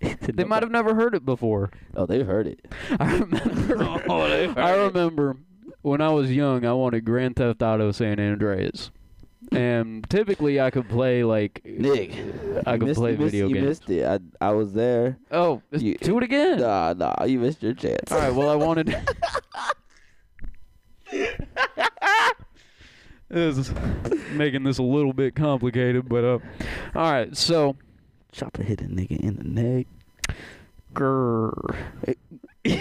They might have never heard it before. [laughs]
Oh, they've heard it.
I remember.
Oh, they've
I remember when I was young, I wanted Grand Theft Auto San Andreas, and typically I could play like
Nick,
I
you
could
missed-
play
you missed-
video
you
games.
missed it. I I was there.
Oh, it's-
You-
do it again.
Nah, nah, you missed your chance.
All right. Well, I wanted. [laughs] this is making this a little bit complicated, but uh, all right. So,
Chopper hit a nigga in the neck.
[laughs]
grr. [laughs] See,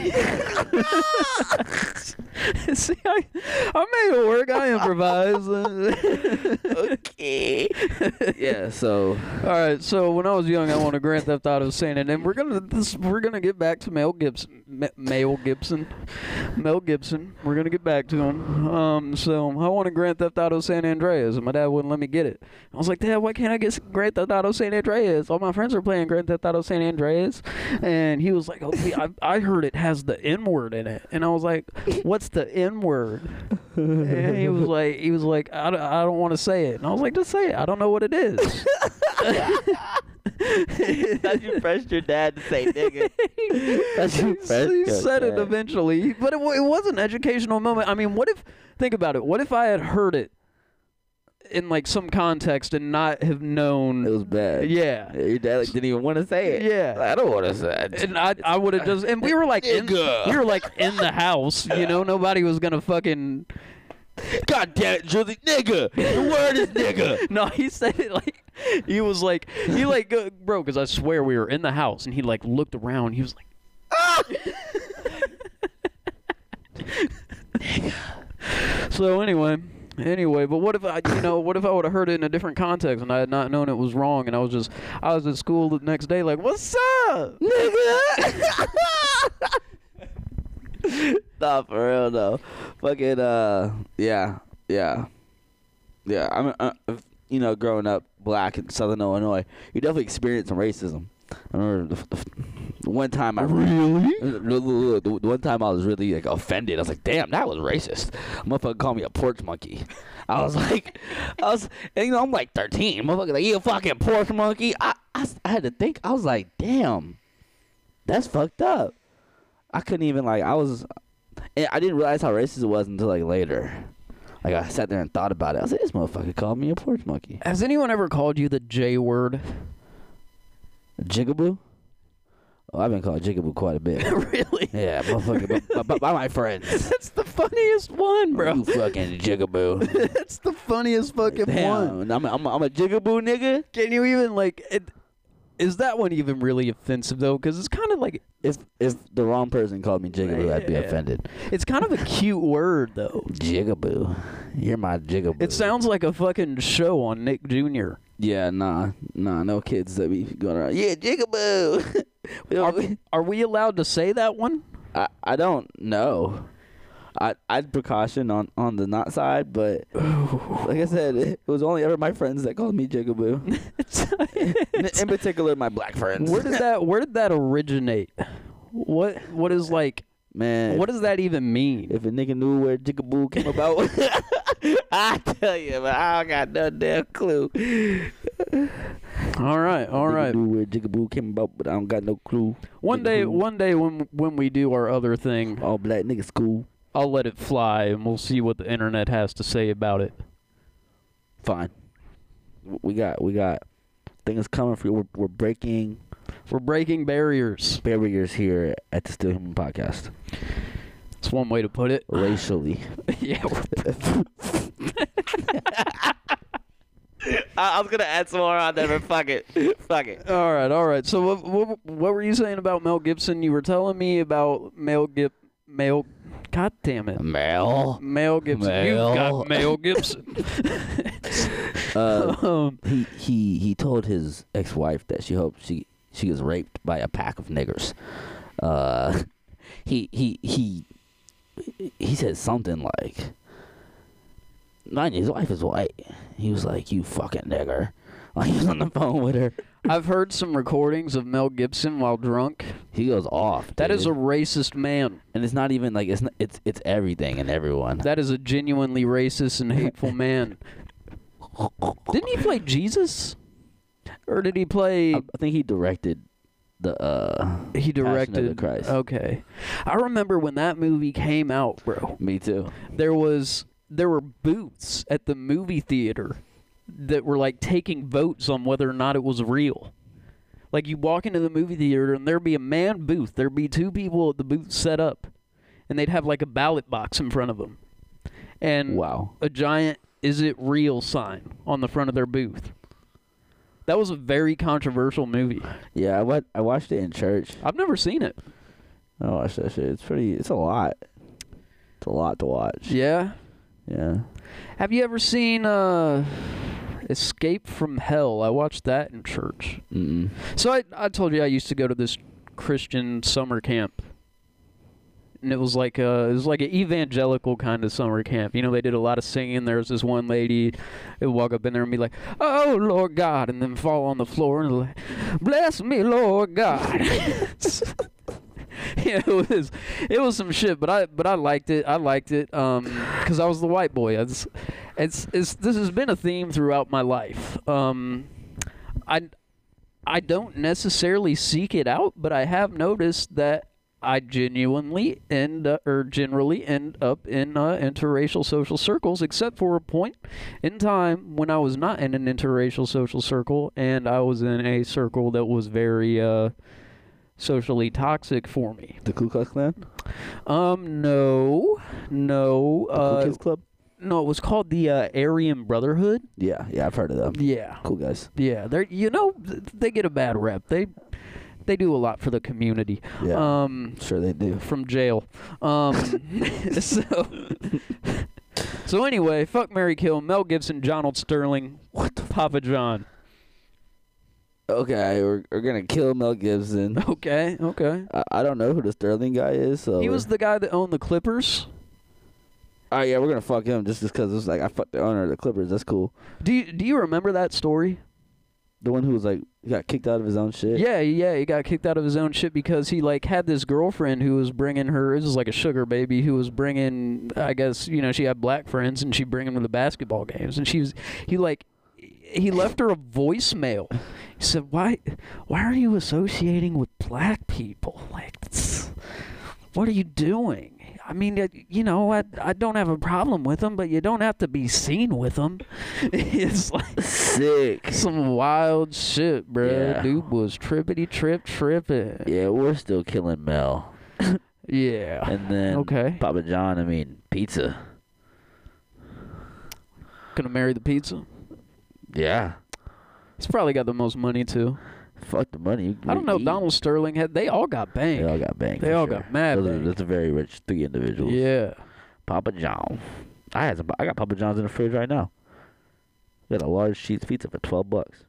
I, I made it work. I
[laughs]
improvised.
Okay.
Yeah, so
All right, so when I was young, I wanted Grand Theft Auto San Andreas. And we're gonna this, we're gonna get back to Mel Gibson, M- Mel Gibson, Mel Gibson. We're gonna get back to him. Um, so I wanted Grand Theft Auto San Andreas, and my dad wouldn't let me get it. I was like, Dad, why can't I get Grand Theft Auto San Andreas? All my friends are playing Grand Theft Auto San Andreas, and he was like, oh, we- I, I heard it has the N word in it, and I was like, What's the N word? And he was like, he was like, I don't, I don't want to say it, and I was like, Just say it. I don't know what it is.
[laughs] Thought
[laughs]
you pressed your dad to say nigga.
That's your
he
best
he
guess,
said it
yeah.
eventually, but it, wa- it was an educational moment. I mean, what if? Think about it. What if I had heard it in like some context and not have
it
known?
was bad.
Yeah,
your dad like, didn't even want to say it.
yeah.
I don't want to say it.
And I, I would have just. And we were like, in,
Nigga.
we were like in the house. You
[laughs]
know, nobody was gonna fucking.
God damn it, Drizzy, nigga. The word is
[laughs]
nigga.
No, he said it like he was like he like go, bro, because I swear we were in the house and he like looked around. He was like,
[laughs]
ah! [laughs] so anyway, anyway, but what if I, you know, what if I would have heard it in a different context and I had not known it was wrong and I was just I was at school the next day like, what's up?
[laughs] Nah, for real though. Fucking uh, yeah, yeah, yeah. I mean, uh, if- you know, growing up black in Southern Illinois, you definitely experienced some racism. I remember the, the, the one time I [laughs]
Really?
The- the- the- the one time I was really like offended. I was like, "Damn, that was racist." Motherfucker called me a porch monkey. I was [laughs] like, I was, and, you know, I'm like 13. Motherfucker, like you a fucking porch monkey. I, I, s- I had to think. I was like, "Damn, that's fucked up." I couldn't even like. I was, and I didn't realize how racist it was until like later. Like I sat there and thought about it. I was like, "This motherfucker called me a porch monkey."
[laughs] Has anyone ever called you the J word?
Jigaboo. Oh, I've been called Jigaboo quite a bit.
[laughs] [laughs] really?
yeah, motherfucker, by, by, by my friends.
That's the funniest one, [laughs]
You
bro.
fucking jigaboo.
[laughs] That's the funniest fucking one.
Damn, I'm a, I'm, a, I'm a jigaboo nigga.
Can you even like? It, is that one even really offensive though? Because it's kind of like
If if the wrong person called me jigaboo, I'd be
Yeah.
offended.
it's kind of a cute word though.
Jigaboo, you're my jigaboo.
It sounds like a fucking show on Nick Jr.
Yeah, nah, nah, no kids that be going around. Yeah, jigaboo. [laughs] We
Are,
don't-
are we allowed to say that one?
I I don't know. I I'd precaution on on the not side, [sighs] but like I said, it was only ever my friends that called me jigaboo. [laughs] in, in particular, my black friends.
[laughs] Where did that Where did that originate? What What is like?
Man,
What does that even mean?
If a nigga knew where Jigaboo came [laughs] about, I tell you, but I don't got no damn clue.
All right, all right.
Knew where Jigaboo came about, but I don't got no clue.
One day,
Jigaboo.
one day when when we do our other thing,
All black niggas cool.
I'll let it fly and we'll see what the internet has to say about it.
Fine. W- We got, we got. Things coming for you. We're, we're breaking
We're breaking barriers.
barriers here at the Still Human Podcast,
That's one way to put it. [sighs]
racially.
[laughs] yeah, we're-
I, I was gonna add some more on there, but
[laughs]
fuck it, fuck it.
All right, all right. So what, what what were you saying about Mel Gibson? You were telling me about Mel Gib Mel. God damn it,
Mel.
Mel Gibson. You've
Mel.
got Mel Gibson.
Uh,
[laughs] um,
he he he told his ex-wife that she hoped she she was raped by a pack of niggers. Uh, [laughs] he he he he said something like, "Mind you, his wife is white." He was like, "You fucking nigger!" [laughs] Like he was on the phone with her.
I've heard some recordings of Mel Gibson while drunk.
He goes off.
That is a
dude.
racist man.
and it's not even like it's not, it's it's everything and everyone.
That is a genuinely racist and hateful man. Didn't he play Jesus? Or did he play?
I, I think he directed the uh.
he
Passion of
directed.
the Christ.
Okay, I remember when that movie came out, bro.
Me too.
There was there were booths at the movie theater that were like taking votes on whether or not it was real. Like you walk into the movie theater and there'd be a man booth. There'd be two people at the booth set up, and they'd have like a ballot box in front of them, and
Wow.
a giant "Is it real?" sign on the front of their booth. That was a very controversial movie.
Yeah, I wa- I watched it in church.
I've never seen it.
I watch that shit. It's pretty. It's a lot. It's a lot to watch.
Yeah.
Yeah.
Have you ever seen uh, Escape from Hell? I watched that in church.
Mm.
So I, I told you I used to go to this Christian summer camp. And it was like a, it was like an evangelical kind of summer camp. You know, they did a lot of singing. There was this one lady who would walk up in there and be like, "Oh Lord God," and then fall on the floor and like, "Bless me, Lord God." [laughs] yeah, it was it was some shit, but I but I liked it. I liked it um 'cause because I was the white boy. It's, it's it's this has been a theme throughout my life. Um, I I don't necessarily seek it out, but I have noticed that I genuinely end uh, or generally end up in uh, interracial social circles, except for a point in time when I was not in an interracial social circle and I was in a circle that was very uh, socially toxic for me.
The Ku Klux Klan.
Um, no, no,
The Ku
uh,
Klux Club.
no. It was called the uh, Aryan Brotherhood.
Yeah. Yeah, I've heard of them.
Yeah,
Cool guys.
yeah, they're you know th- they get a bad rep. They they do a lot for the community.
Yeah.
Um,
sure they do.
from jail. Um, [laughs] so so anyway, fuck Mary Kill, Mel Gibson, Donald Sterling, what the Papa John. [laughs]
Okay, we're we're gonna kill Mel Gibson.
Okay, okay.
I, I don't know who the Sterling guy is. So
He was the guy that owned the Clippers.
Oh yeah, we're gonna fuck him just because it's like I fucked the owner of the Clippers. That's cool.
Do you, do you remember that story?
The one who was like got kicked out of his own shit.
Yeah, yeah, he got kicked out of his own shit because he like had this girlfriend who was bringing her. This is like a sugar baby who was bringing. I guess you know she had black friends and she bring them to the basketball games and she was he like he left her a voicemail. He said, "Why, why are you associating with black people? Like, that's- what are you doing?" I mean, uh, you know, I I don't have a problem with them, but you don't have to be seen with them. [laughs] it's like
Sick.
[laughs] some wild shit, bro.
Yeah.
Dude was trippity trip tripping.
Yeah, we're still killing Mel.
Yeah.
And then
Okay.
Papa John. I mean, pizza.
Gonna marry the pizza.
Yeah.
He's probably got the most money too.
Fuck the money.
I don't know if Donald Sterling had. They all got
They
banged.
all got banged.
They
for
all
sure.
got mad
Those are,
banged.
those are very rich three individuals.
Yeah.
Papa John. I had some. I got Papa John's in the fridge right now. Got a large sheet's pizza for twelve bucks.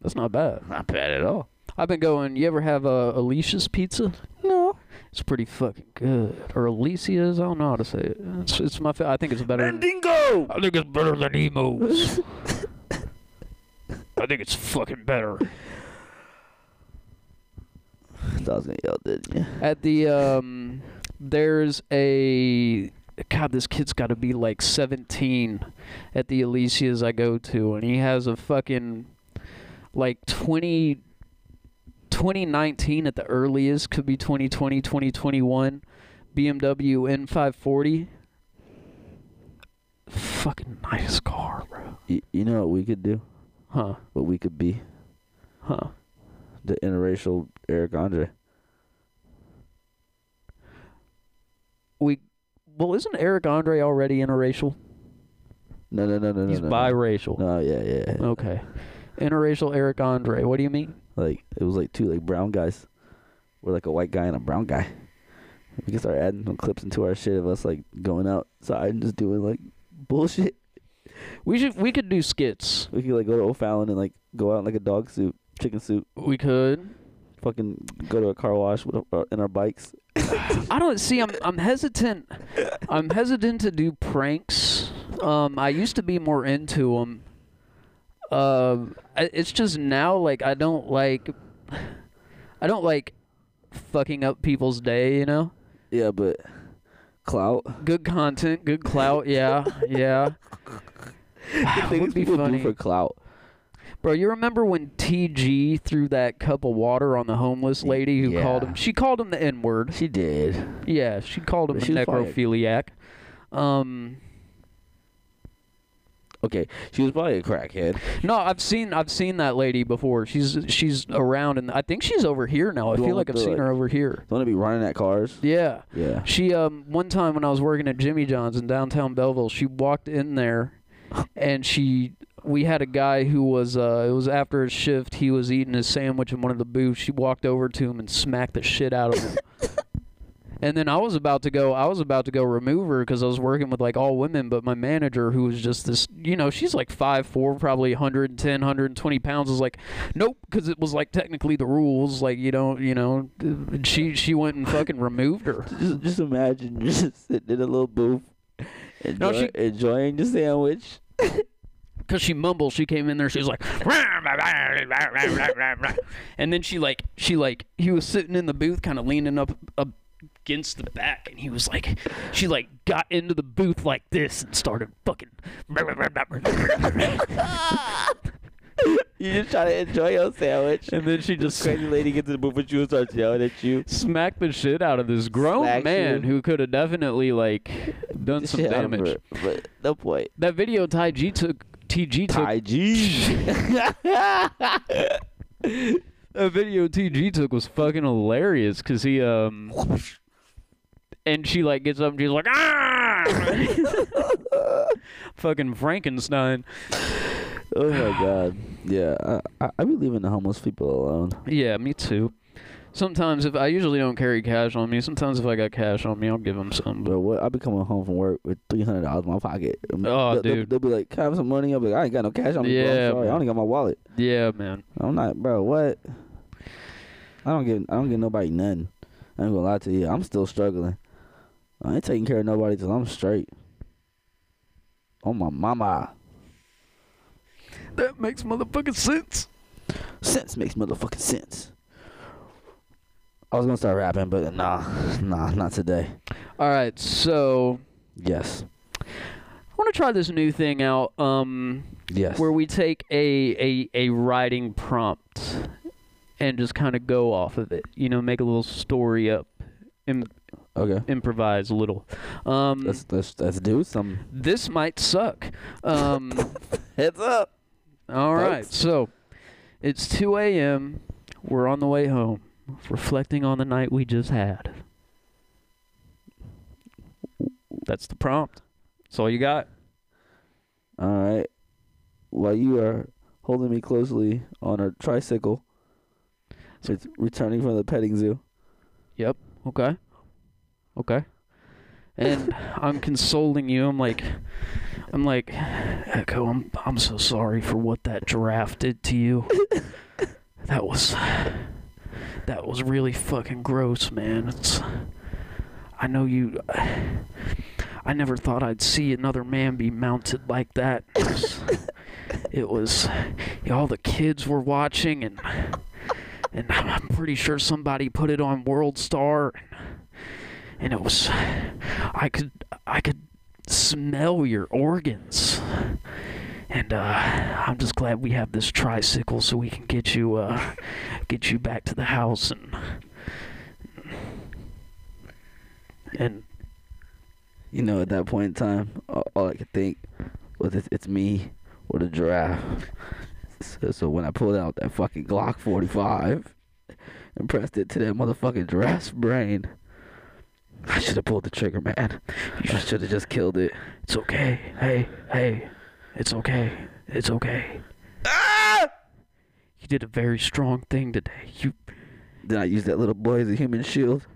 That's not bad.
Not bad at all.
I've been going. You ever have uh, Alicia's pizza?
No.
It's pretty fucking good. Or Alicia's. I don't know how to say it. It's, it's my. Fa- I think it's better. Than,
Dingo.
I think it's better than Emo's.
[laughs]
I think it's fucking better.
I was gonna yell, didn't you?
at the um there's a god this kid's got to be like 17 at the Elysias I go to and he has a fucking like 20 2019 at the earliest could be 2020 2021 BMW N540 fucking nice car bro
You, you know what we could do?
huh
What we could be?
huh
The interracial Eric Andre.
we well isn't Eric Andre already interracial
No, no, no, no,
he's
no. no,
biracial
No, yeah, yeah. yeah.
okay interracial Eric Andre what do you mean
Like it was like two like brown guys, we're like a white guy and a brown guy. We can start adding some clips into our shit of us like going outside and just doing like bullshit. [laughs]
we should we could do skits
We could like go to O'Fallon and like go out in like a dog suit, chicken suit,
we could
fucking go to a car wash with our, in our bikes.
I don't see. I'm I'm hesitant. I'm hesitant to do pranks. Um, I used to be more into them. Um, I- it's just now like I don't like. [sighs] I don't like fucking up people's day. You know,
Yeah, but clout.
good content, good clout.
[laughs]
Yeah, yeah. [sighs]
Things
would be
people
funny.
do for clout.
Bro, you remember when TG threw that cup of water on the homeless lady who called
yeah.
him? She called him the N word.
She did.
Yeah, she called him a
But she was fired.
necrophiliac. Um,
Okay, she was probably a crackhead.
No, I've seen I've seen that lady before. She's she's around, and I think she's over here now. I
The one
feel like I've
with the,
seen her
like-
over here.
Don't be running at cars.
Yeah,
Yeah.
she um one time when I was working at Jimmy John's in downtown Belleville, she walked in there, and she we had a guy who was uh it was after his shift. He was eating his sandwich in one of the booths. She walked over to him and smacked the shit out of him. And then I was about to go. I was about to go remove her because I was working with like all women. But my manager, who was just this, you know, she's like five four, probably 110, 120 pounds, was like, nope, because it was like technically the rules. Like you don't, you know, and she she went and fucking removed her.
Just, just imagine you're just sitting in a little booth, enjoy,
she-
enjoying the sandwich. [laughs]
because she mumbles. She came in there. She's like, [laughs] and then she like she like he was sitting in the booth, kind of leaning up up against the back, and he was like, she like got into the booth like this and started fucking.
You just try to enjoy your sandwich.
And then she just
Crazy lady gets in the booth with you and starts yelling at you.
[laughs] smacked the shit out of this grown
Smacked
man
you.
who could have definitely like done some
Shit out of
damage.
her, But no point.
That video Ty G took. TG took
Ty [laughs] G.
That video TG took was fucking hilarious because he um and she like gets up and she's like ah [laughs] fucking Frankenstein.
oh my god. Yeah, I, I, I be leaving the homeless people alone.
Yeah, me too. Sometimes if I usually don't carry cash on me, sometimes if I got cash on me, I'll give him some. But
But what? I be coming home from work with three hundred dollars in my pocket. Um,
Oh,
they'll, they'll-
dude.
They'll, be like, "Can I have some money?" I'll be like, "I ain't got no cash on me. bro. I'm
Yeah,
sorry. I
man.
only got my wallet."
yeah, man.
I'm like, bro, what? I don't give I don't give nobody nothing. I ain't gonna lie to you. I'm still struggling. I ain't taking care of nobody till I'm straight. Oh my mama.
That makes motherfucking sense.
Sense makes motherfucking sense. I was gonna start rapping, but nah, [laughs] nah, not today.
All right, so
Yes.
I want to try this new thing out. Um,
Yes.
where we take a a, a writing prompt and just kind of go off of it. You know, make a little story up, Im-
okay.
improvise a little. Um,
Let's let's let's do some
this might suck. Um,
[laughs] heads up.
all right,
Thanks.
so it's 2 a.m. We're on the way home, reflecting on the night we just had. That's the prompt. That's all you got.
All right. While you are holding me closely on a tricycle, it's returning from the petting zoo.
Yep. Okay. Okay. And I'm consoling you. I'm like, I'm like, Echo. I'm I'm so sorry for what that giraffe did to you. that was, that was really fucking gross, man. It's, I know you. uh,
[laughs]
I never thought I'd see another man be mounted like that. It was, it was all the kids were watching and and I'm I'm pretty sure somebody put it on World Star, and it was, I could, I could smell your organs, and uh, I'm just glad we have this tricycle so we can get you uh, get you back to the house and and
You know, at that point in time, all, all I could think was it's, it's me or the giraffe. So, so when I pulled out that fucking Glock 45 and pressed it to that motherfucking giraffe's brain, I should have pulled the trigger, man. I should have just killed it.
it's okay. Hey, hey, it's okay. It's okay. You did a very strong thing today. You
Then I used that little boy as a human shield.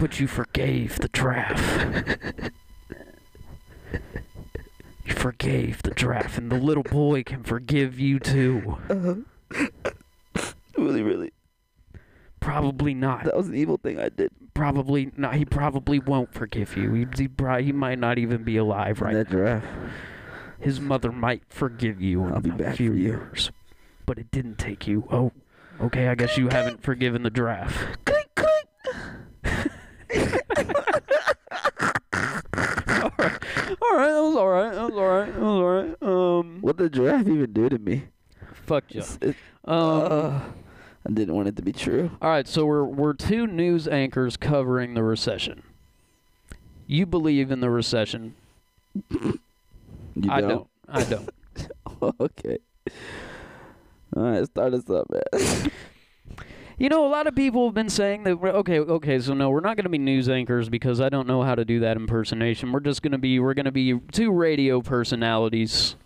But you forgave the giraffe. [laughs] you forgave the giraffe, and the little boy can forgive you too.
[laughs] Really, really.
Probably not.
That was an evil thing I did.
Probably not. He probably won't forgive you. He, he, prob- he might not even be alive right
Right. That giraffe.
now. His mother might forgive you in
I'll be
a
back
few
for you.
years. But it didn't take you. Oh, okay. I guess you haven't forgiven the giraffe.
All right, that was all right. That was all right. That was all right. Um, what did the giraffe even do to me?
Fuck you.
It's- it-
Um,
uh, I didn't want it to be true.
All right, so we're we're two news anchors covering the recession. You believe in the recession.
You
I don't. I don't.
[laughs] okay. All right, start us up, man. [laughs]
you know, a lot of people have been saying that we're, okay, okay, so no, we're not going to be news anchors because I don't know how to do that impersonation. We're just going to be we're going to be two radio personalities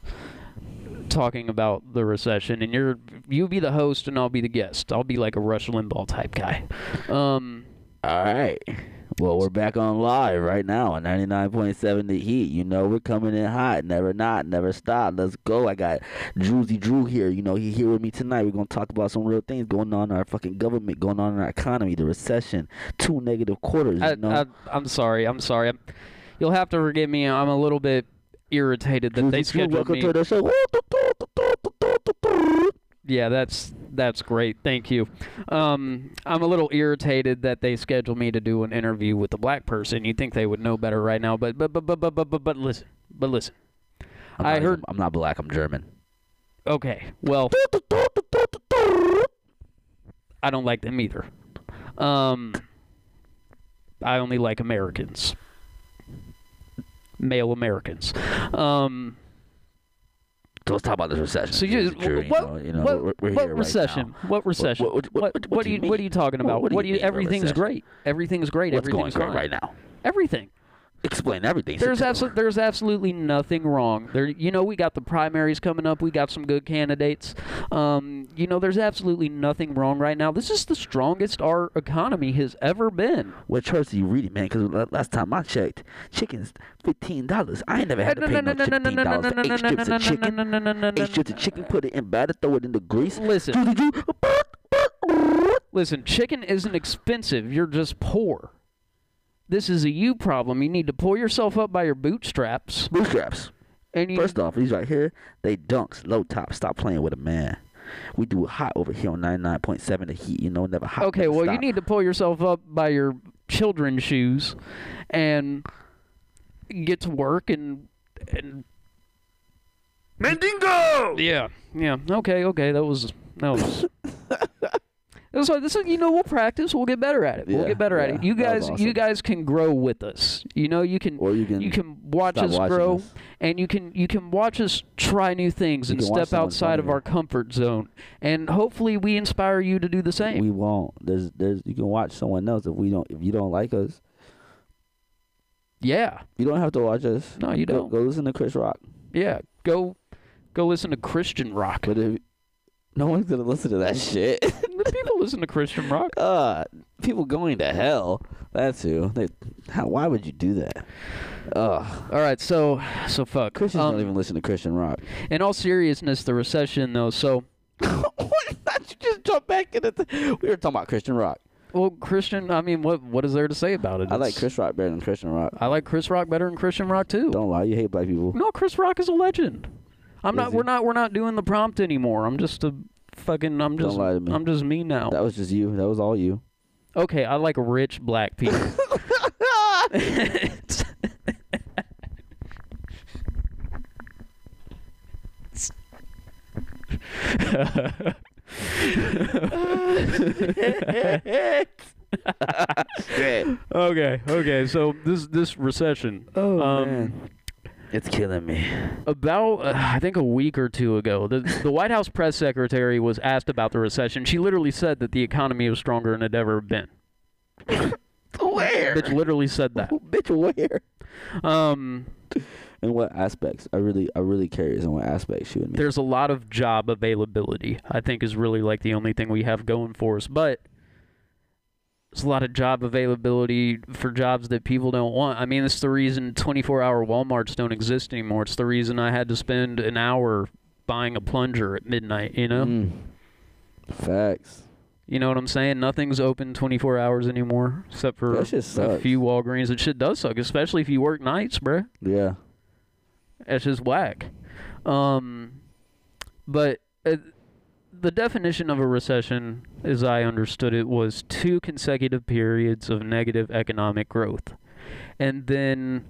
talking about the recession and you're you be the host and I'll be the guest. I'll be like a Rush Limbaugh type guy. Um
all right. Well, we're back on live right now on 99.7 The Heat. You know, we're coming in hot. Never not, never stop. Let's go. I got Druzy Drew here. You know, he here with me tonight. We're going to talk about some real things going on in our fucking government, going on in our economy, the recession, two negative quarters,
I,
you know.
I, I'm sorry. I'm sorry. I'm, you'll have to forgive me. I'm a little bit irritated that they
Druzy Drew,
scheduled
welcome
me.
to the show.
yeah, that's that's great. Thank you. Um, I'm a little irritated that they scheduled me to do an interview with a black person. You think they would know better right now, but but but but but but but, but listen, but listen.
I'm
I
not
heard-
even- I'm not black. I'm German.
Okay, well, I don't like them either. Um, I only like Americans, male Americans. Um.
So let's talk about this recession.
So you,
Drew,
what,
you know, you know,
what,
we're, we're
what
here right
recession?
now.
what recession?
what- what- what-
what, are you, what are you talking
What-
about?
what do you mean by
everything's
recession?
great. Everything's great.
What's going
everything's
on
fine.
right now?
Everything.
Explain everything.
There's
Since-
absolutely there's absolutely nothing wrong. There, you know, we got the primaries coming up. We got some good candidates. Um, you know, there's absolutely nothing wrong right now. This is the strongest our economy has ever been.
What charts are you reading, man? Because last time I checked, chicken's fifteen dollars. I ain't never had to pay no fifteen dollars for eight strips of chicken. Eight strips of chicken. Put it in batter. Throw it in the grease.
Listen.
Drew, Drew, Drew.
Listen, chicken isn't expensive. You're just poor. This is a you problem. You need to pull yourself up by your bootstraps.
Bootstraps.
And you,
First off, these right here, they dunks, low top. Stop playing with a man. We do it hot over here on 99.7 the heat, you know, never hot.
okay,
never
well, you
stop.
need to pull yourself up by your children's shoes, and get to work and and. Mendingo. Yeah, yeah. Okay, okay. That was that was. That's why this is you know we'll practice we'll get better at it we'll
Yeah,
get better at
yeah,
it you
that was
guys
awesome.
you guys can grow with us you know you can
Or you can
you can watch
stop
us
watching
grow
us.
and you can you can watch us try new things
You
and
can watch
step
someone
outside of
funny.
our comfort zone and hopefully we inspire you to do the same
We won't. There's there's you can watch someone else if we don't if you don't like us. [laughs]
yeah
You don't have to watch us.
No, you
Go-
don't.
Go, listen to Chris Rock.
yeah go go listen to christian rock
But if [laughs] no one's gonna listen to that shit. [laughs]
The people listen to christian rock
uh people going to hell. That's who. They, how, why would you do that? Uh
all right so so fuck
Christians
Um,
don't even listen to Christian Rock.
in all seriousness the recession though so
Why not you just jump back in? At the, we were talking about Christian Rock.
well christian i mean what what is there to say about it
I like
It's-
Chris Rock better than Christian Rock.
i like chris rock better than christian rock too
Don't lie, you hate black people.
No, Chris Rock is a legend. I'm
Is
not.
he?
We're not. We're not doing the prompt anymore. I'm just a fucking. I'm
Don't
just.
lie to me.
I'm just me now.
That was just you. That was all you.
okay, I like rich
[laughs]
black people. okay, okay. So this this recession.
Oh
Um,
man, it's killing me.
About uh, I think a week or two ago, the the White House press secretary was asked about the recession. She literally said that the economy was stronger than it ever been.
Where?
Bitch literally said
[laughs]
that.
Bitch, where?
Um,
In what aspects? I really, I really curious in what aspects you and me.
there's a lot of job availability. I think is really like the only thing we have going for us, but there's a lot of job availability for jobs that people don't want. I mean, it's the reason 24-hour WalMarts don't exist anymore. It's the reason I had to spend an hour buying a plunger at midnight, you know?
Mm. Facts.
You know what I'm saying? Nothing's open 24 hours anymore, except for
That shit
a
sucks.
few Walgreens. It shit does suck, especially if you work nights, bruh.
Yeah.
That's just whack. Um, but uh, the definition of a recession, as I understood it, was two consecutive periods of negative economic growth. And then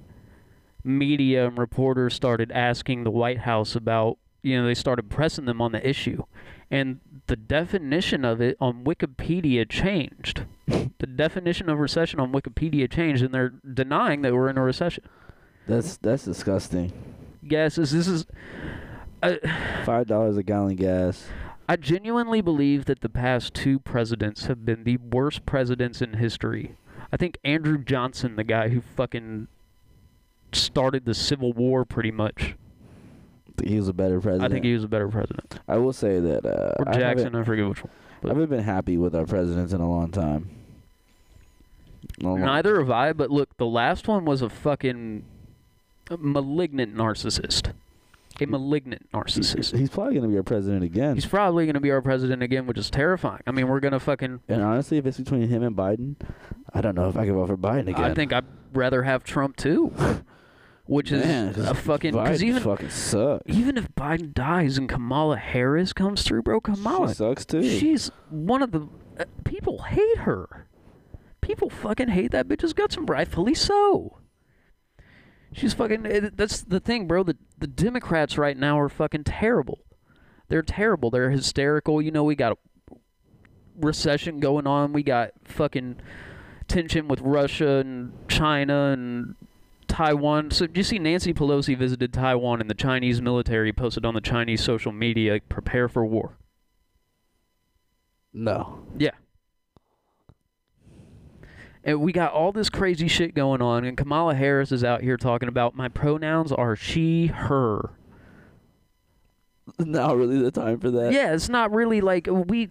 media and reporters started asking the White House about, you know, they started pressing them on the issue. And the definition of it on Wikipedia changed. the definition of recession on Wikipedia changed, and they're denying that we're in a recession.
That's that's disgusting.
Gases, this is
Five dollars a gallon gas.
I genuinely believe that the past two presidents have been the worst presidents in history. I think Andrew Johnson, the guy who fucking started the Civil War pretty much,
He was a better
I
president.
think he was a better president.
I will say that. Uh,
Or
I
Jackson,
haven't-
I forget which one.
I haven't been happy with our presidents in a long time. In a long-
Neither have I, but look, the last one was a fucking malignant narcissist. A malignant narcissist.
He's probably gonna be our president again.
He's probably going to be our president again, which is terrifying. I mean, we're going to fucking.
and honestly, if it's between him and Biden, I don't know if I could vote for Biden again.
I think I'd rather have Trump too, which is
Man, 'cause
a fucking. Because
Biden
even
fucking sucks.
even if Biden dies and Kamala Harris comes through, bro,
She
Kamala,
sucks too.
she's one of the uh, people hate her. People fucking hate that bitch's guts, and rightfully so. She's fucking. it- That's the thing, bro. The the Democrats right now are fucking terrible. They're terrible. They're hysterical. You know, we got a recession going on. We got fucking tension with Russia and China and Taiwan. So did you see Nancy Pelosi visited Taiwan and the Chinese military posted on the Chinese social media, prepare for war.
no. [laughs]
Yeah. And we got all this crazy shit going on, and Kamala Harris is out here talking about my pronouns are she, her.
Not really the time for that.
yeah, it's not really like uh, we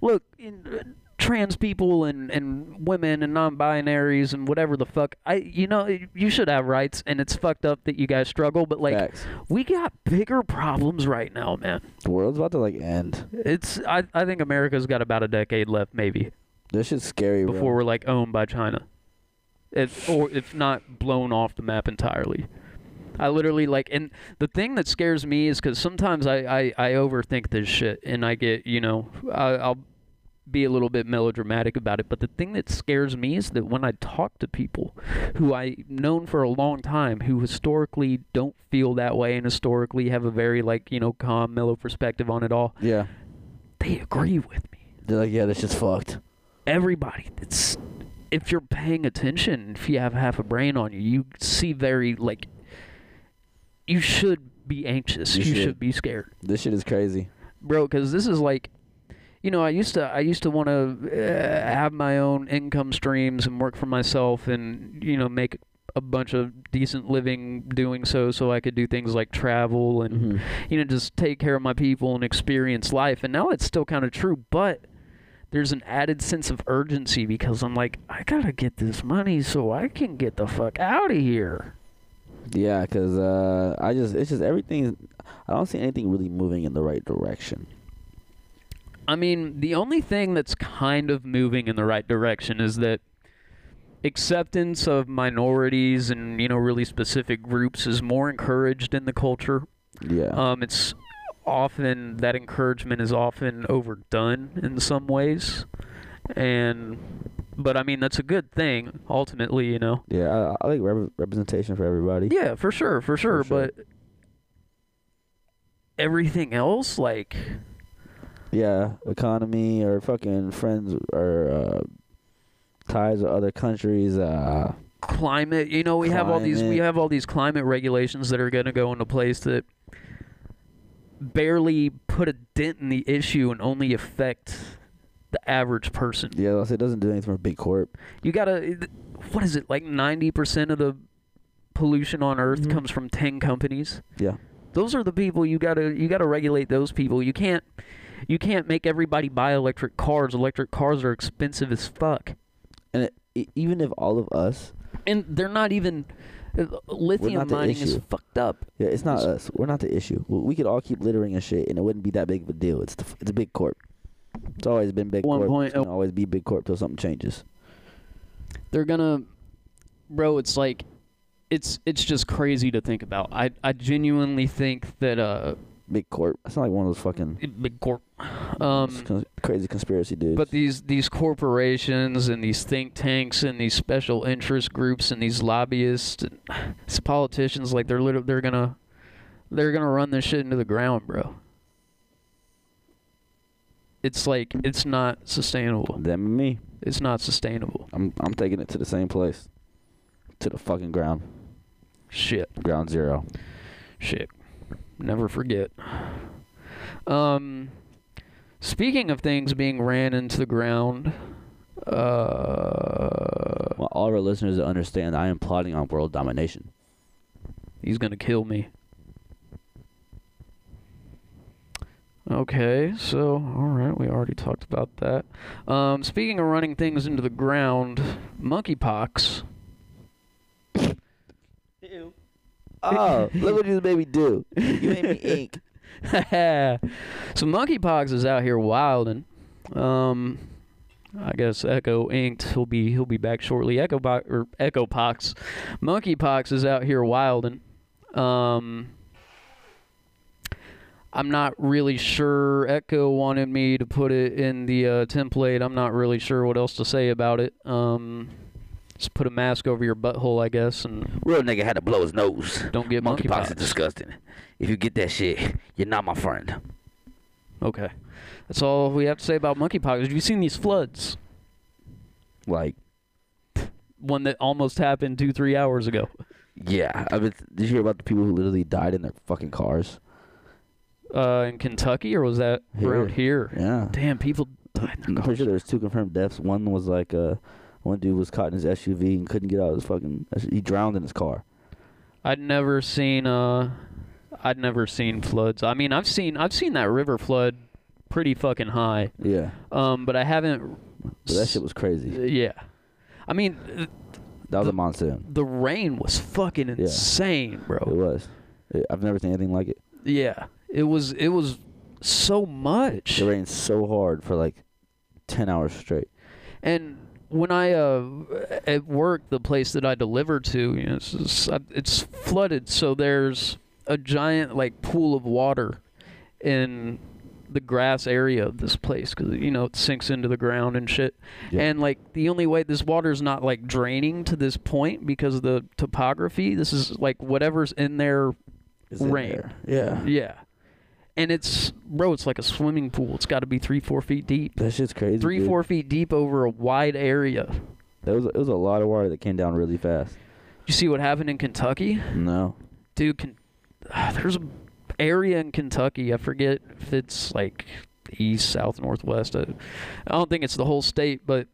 look in, uh, trans people and and women and non-binaries and whatever the fuck. I you know you should have rights, and it's fucked up that you guys struggle, but like
Facts.
we got bigger problems right now, man.
The world's about to like end.
It's I I think America's got about a decade left, maybe.
This shit's scary.
before
bro.
we're like owned by China,
[sighs]
if or if not blown off the map entirely. I literally like, and the thing that scares me is because sometimes I, I I overthink this shit and I get you know I, I'll be a little bit melodramatic about it. But the thing that scares me is that when I talk to people who I known for a long time who historically don't feel that way and historically have a very like you know calm mellow perspective on it all,
Yeah.
they agree with me
They're like, yeah, this shit's fucked.
everybody it's if you're paying attention if you have half a brain on you you see very like you should be anxious
You
you,
should.
should. be scared
This shit is crazy.
bro because this is like you know i used to i used to want to uh, have my own income streams and work for myself and you know make a bunch of decent living doing so so i could do things like travel and
Mm-hmm.
you know, just take care of my people and experience life. And now it's still kind of true, but there's an added sense of urgency because I'm like, I gotta get this money so I can get the fuck out of here.
Yeah, cause uh, I just it's just everything. I don't see anything really moving in the right direction.
I mean, the only thing that's kind of moving in the right direction is that acceptance of minorities and, you know, really specific groups is more encouraged in the culture.
Yeah.
Uh,
Um, it's often that encouragement is often overdone in some ways, and but I mean that's a good thing ultimately, you know.
yeah, I, I like rep- representation for everybody.
Yeah, for sure, for sure.
sure.
But
everything else, like
Yeah, economy or fucking friends or uh, ties with other countries. Uh,
climate. You know, we have all these we
Climate.
have all these climate regulations that are going to go into place that barely put a dent in the issue and only affect the average person.
yeah, it doesn't do anything for big corp.
You gotta, what is it like? Ninety percent of the pollution on Earth
Mhm.
comes from ten companies.
Yeah.
Those are the people you gotta you gotta regulate those people. You can't you can't make everybody buy electric cars. Electric cars are expensive as fuck,
And it, e- even if all of us,
and they're not even uh, lithium
the
mining is
issue.
fucked
[sighs]
up.
yeah, it's not
It's-
us. We're not the issue. We we could all keep littering and shit, and it wouldn't be that big of a deal. It's the, f- it's a big corp. It's always been big
One
corp.
point-
it's gonna always be big corp till something changes.
they're gonna bro it's like it's it's just crazy to think about i i genuinely think that uh
Big corp. That's not like one of those fucking
Big corp.
s-
Um,
cons- crazy conspiracy dudes.
but these these corporations and these think tanks and these special interest groups and these lobbyists and [sighs] these politicians like they're literally they're gonna they're gonna run this shit into the ground bro it's like it's not sustainable
them and me.
it's not sustainable
I'm I'm taking it to the same place, to the fucking ground,
shit
ground zero.
shit never forget um speaking of things being ran into the ground uh
Want all of our listeners to understand, I am plotting on world domination.
he's gonna kill me okay so all right we already talked about that um speaking of running things into the ground monkeypox
Oh, look what this baby do. You made me
[laughs]
ink.
so monkeypox is out here wilding. Um, I guess Echo inked. He'll be he'll be back shortly. Echo bo- or Echo Pox, monkeypox is out here wilding. Um, I'm not really sure. Echo wanted me to put it in the uh, template. I'm not really sure what else to say about it. Um, just put a mask over your butthole, I guess, and
Real nigga had to blow his nose.
don't get
Monkeypox
monkeypox.
is disgusting. If you get that shit, you're not my friend.
Okay, that's all we have to say about monkeypox. Have you seen these floods?
Like,
one that almost happened two three hours ago.
yeah. I mean, did you hear about the people who literally died in their fucking cars?
Uh, in Kentucky, or was that around here?
Yeah.
Damn, people died. In
I'm
their
pretty
cars.
sure there was two confirmed deaths. One was like, uh, one dude was caught in his SUV and couldn't get out of his fucking. He drowned in his car.
I'd never seen uh, I'd never seen floods. I mean, I've seen I've seen that river flood pretty fucking high.
Yeah.
Um, but I haven't.
But that shit was crazy.
Uh, Yeah, I mean, th-
That was
The-
a monsoon.
the rain was fucking insane,
It
bro.
was. It- I've never seen anything like it.
Yeah, it was it was so much.
It rained so hard for like ten hours straight.
And when I uh, at work, the place that I deliver to, you know, it's, it's, it's flooded, so there's a giant like pool of water in the grass area of this place because you know it sinks into the ground and shit.
Yeah.
And like the only way this water is not like draining to this point because of the topography. This is like whatever's in there.
It's in
Rain.
there. Yeah.
Yeah. And it's bro, it's like a swimming pool. It's got to be three, four feet deep.
That shit's crazy.
Three,
dude.
four feet deep over a wide area.
That was it was a lot of water that came down really fast.
You see what happened in Kentucky?
No.
Dude, Ken- [sighs] there's an area in Kentucky. I forget if it's like east, south, northwest. I, I don't think it's the whole state, but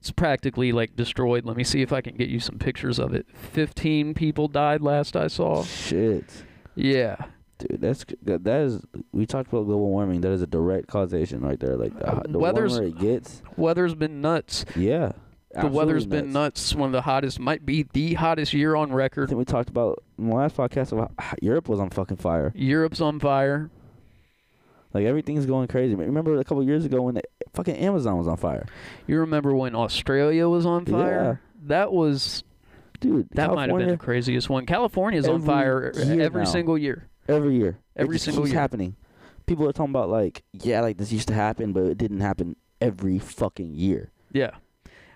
it's practically like destroyed. Let me see if I can get you some pictures of it. 15 people died last I saw.
Shit.
Yeah.
Dude, that's that, that is we talked about global warming. That is a direct causation right there. Like uh, the
Weather's-
warmer it gets,
Weather's been nuts.
yeah.
The weather's been
nuts.
nuts. One of the hottest, might be the hottest year on
I
record.
think we talked about in the last podcast about how Europe was on fucking fire.
Europe's on fire.
Like everything's going crazy. Remember a couple years ago when the fucking Amazon was on fire,
You remember when Australia was on fire? That was
dude.
That might have been the
California,
craziest one. California's on
every
fire e-,
year
every
now.
single year.
every year. It
every
just
single
keeps
year.
happening. People are talking about like, yeah, like this used to happen, but it didn't happen every fucking year.
Yeah.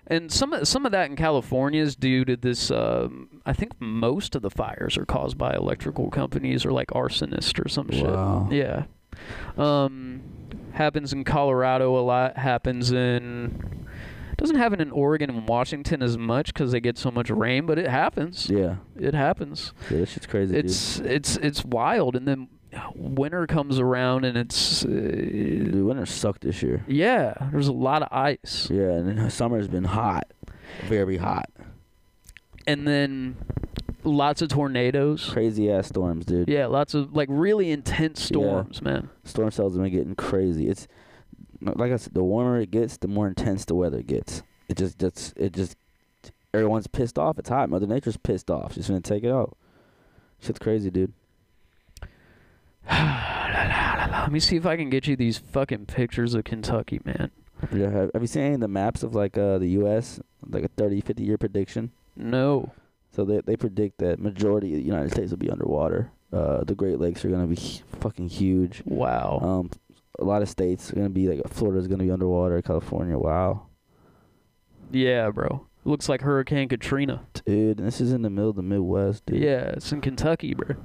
and some of, some of that in California is due to this. Um, I think most of the fires are caused by electrical companies or like arsonists or some
Wow.
shit. Yeah, um, happens in Colorado a lot. Happens in doesn't happen in Oregon and Washington as much because they get so much rain, but it happens.
Yeah.
It happens.
Yeah, this shit's crazy. dude.
It's it's it's wild, and then winter comes around, and it's uh,
Dude, winter sucked this year.
yeah. There's a lot of ice.
Yeah, and then summer's been hot, very hot.
and then lots of tornadoes.
Crazy ass storms, dude.
Yeah, lots of like really intense storms, man.
Storm cells have been getting crazy. It's like I said, the warmer it gets, the more intense the weather gets. It just that's it just everyone's pissed off. It's hot. Mother Nature's pissed off. She's gonna take it out. Shit's crazy, dude.
Let me see if I can get you these fucking pictures of Kentucky, man.
Yeah, have, have you seen any of the maps of like uh, the U.S. like a 30, 50 year prediction?
No.
So they they predict that majority of the United States will be underwater. Uh, the Great Lakes are gonna be hu- fucking huge.
Wow.
Um, a lot of states are gonna be like Florida's gonna be underwater. California, wow,
yeah, bro. Looks like Hurricane Katrina.
dude. And this is in the middle of the Midwest, dude.
Yeah, it's in Kentucky, bro.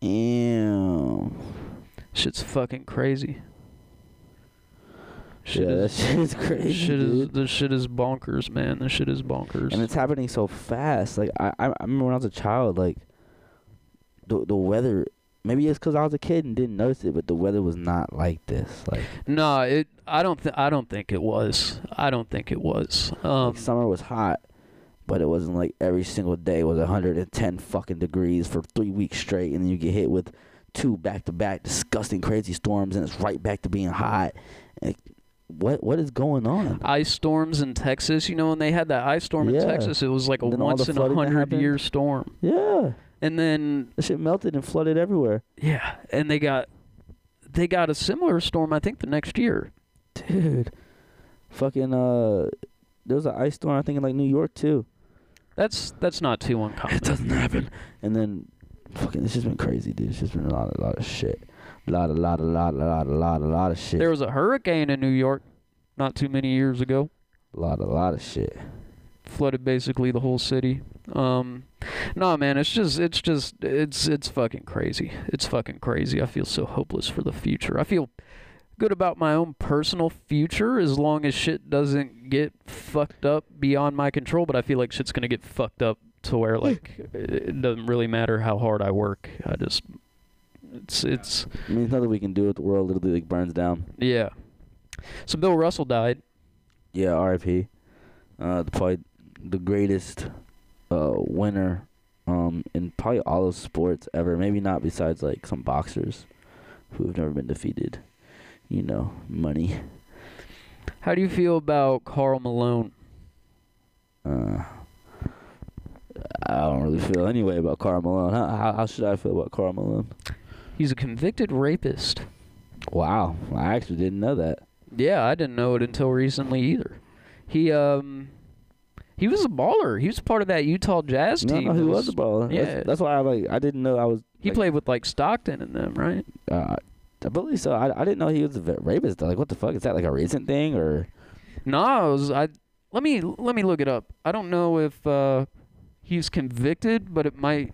Damn.
Shit's fucking crazy.
yeah, that
is,
[laughs] shit is crazy,
shit
dude.
is this shit is bonkers, man. This shit is bonkers.
and it's happening so fast. Like I, I, I remember when I was a child, like the the weather. Maybe it's because I was a kid and didn't notice it, but the weather was not like this. Like,
no, it. I don't. Th- I don't think it was. I don't think it was. Um,
like summer was hot, but it wasn't like every single day was 110 fucking degrees for three weeks straight, and then you get hit with two back to back disgusting crazy storms, and it's right back to being hot. Like, what what is going on?
ice storms in Texas. You know, when they had that ice storm
Yeah.
in Texas, it was like a
And then all the
once in a
flooding that
hundred
happened.
year storm.
Yeah,
And then
that shit melted and flooded everywhere.
yeah, and they got they got a similar storm I think the next year.
dude. Fucking uh, there was an ice storm I think in like New York too.
That's that's not too uncommon.
happen. And then, fucking, it's just been crazy, dude. It's just been a lot, a lot of shit, a lot, a lot, a lot, a lot, a lot, a lot of shit,
There was a hurricane in New York not too many years ago.
a lot, a lot of shit.
Flooded basically the whole city. Um no man, it's just it's just it's it's fucking crazy. It's fucking crazy. I feel so hopeless for the future. I feel good about my own personal future as long as shit doesn't get fucked up beyond my control, but I feel like shit's going to get fucked up to where like it it doesn't really matter how hard I work. I just it's it's
I mean, there's nothing we can do with the world. Literally, like burns down.
yeah. So Bill Russell died.
Yeah, R.I.P. Uh, the- probably the greatest uh winner um in probably all of sports ever. Maybe not besides like some boxers who have never been defeated. You know, money.
How do you feel about Carl Malone?
Uh, I don't really feel any way about Karl Malone. How, how, how should I feel about Karl Malone?
He's a convicted rapist.
Wow, I actually didn't know that.
Yeah, I didn't know it until recently either. He um he was a baller. He was part of that Utah Jazz
No,
team.
no, he
that
was a baller.
yeah.
That's, that's why I like. I didn't know I was.
He
like,
played with like Stockton and them, right?
Uh, I believe so. I, I didn't know he was a va- rapist. Like, what the fuck is that? Like a recent thing or?
No, it was, I let me let me look it up. I don't know if uh he's convicted, but it might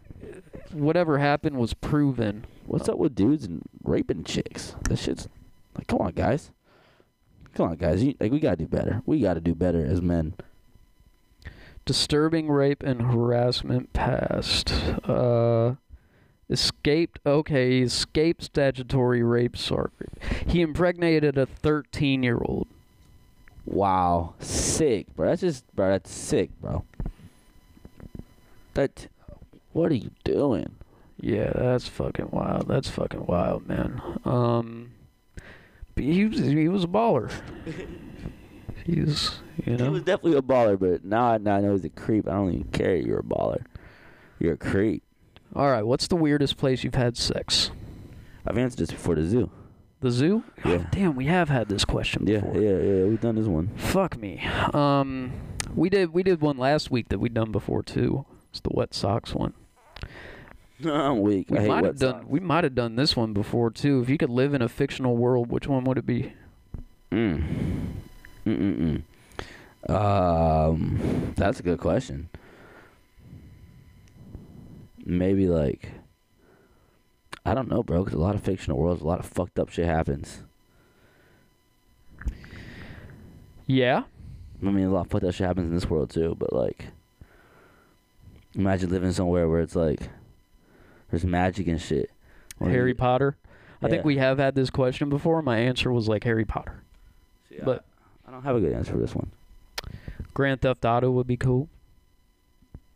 whatever happened was proven.
What's up with dudes and raping chicks? This shit's like, come on, guys. Come on, guys. You, like, we gotta do better. We gotta do better as men.
Disturbing rape and harassment past. Uh escaped okay, he escaped statutory rape sorry. He impregnated a thirteen year old.
Wow, sick, bro. That's just, bro. That's sick, bro. That, what are you doing?
Yeah, that's fucking wild. That's fucking wild, man. Um, but he was he was a
[laughs]
baller. he was, you
He
know.
was definitely a baller, but now I, now I know he's a creep. I don't even care. You're a baller. You're a creep.
All right, what's the weirdest place you've had sex?
I've answered this before the zoo.
The zoo?
Yeah.
God damn, we have had this question
Yeah,
before.
yeah, yeah. We've done this one. [laughs]
Fuck me. Um, we did we did one last week that we'd done before too. It's the wet socks one.
I'm weak.
We
I hate
might have
wet
done
socks.
we might have done this one before too. If you could live in a fictional world, which one would it be?
Mm. Mm-mm-mm. Um, that's a good question. Maybe like, I don't know, bro. Because a lot of fictional worlds, a lot of fucked up shit happens.
Yeah.
I mean, a lot of fucked up shit happens in this world too. But like, imagine living somewhere where it's like, there's magic and shit. Or
Harry
you-
Potter. I
Yeah.
think we have had this question before. My answer was like Harry Potter.
See, I-
but-
I don't have a good answer for this one.
Grand Theft Auto would be cool.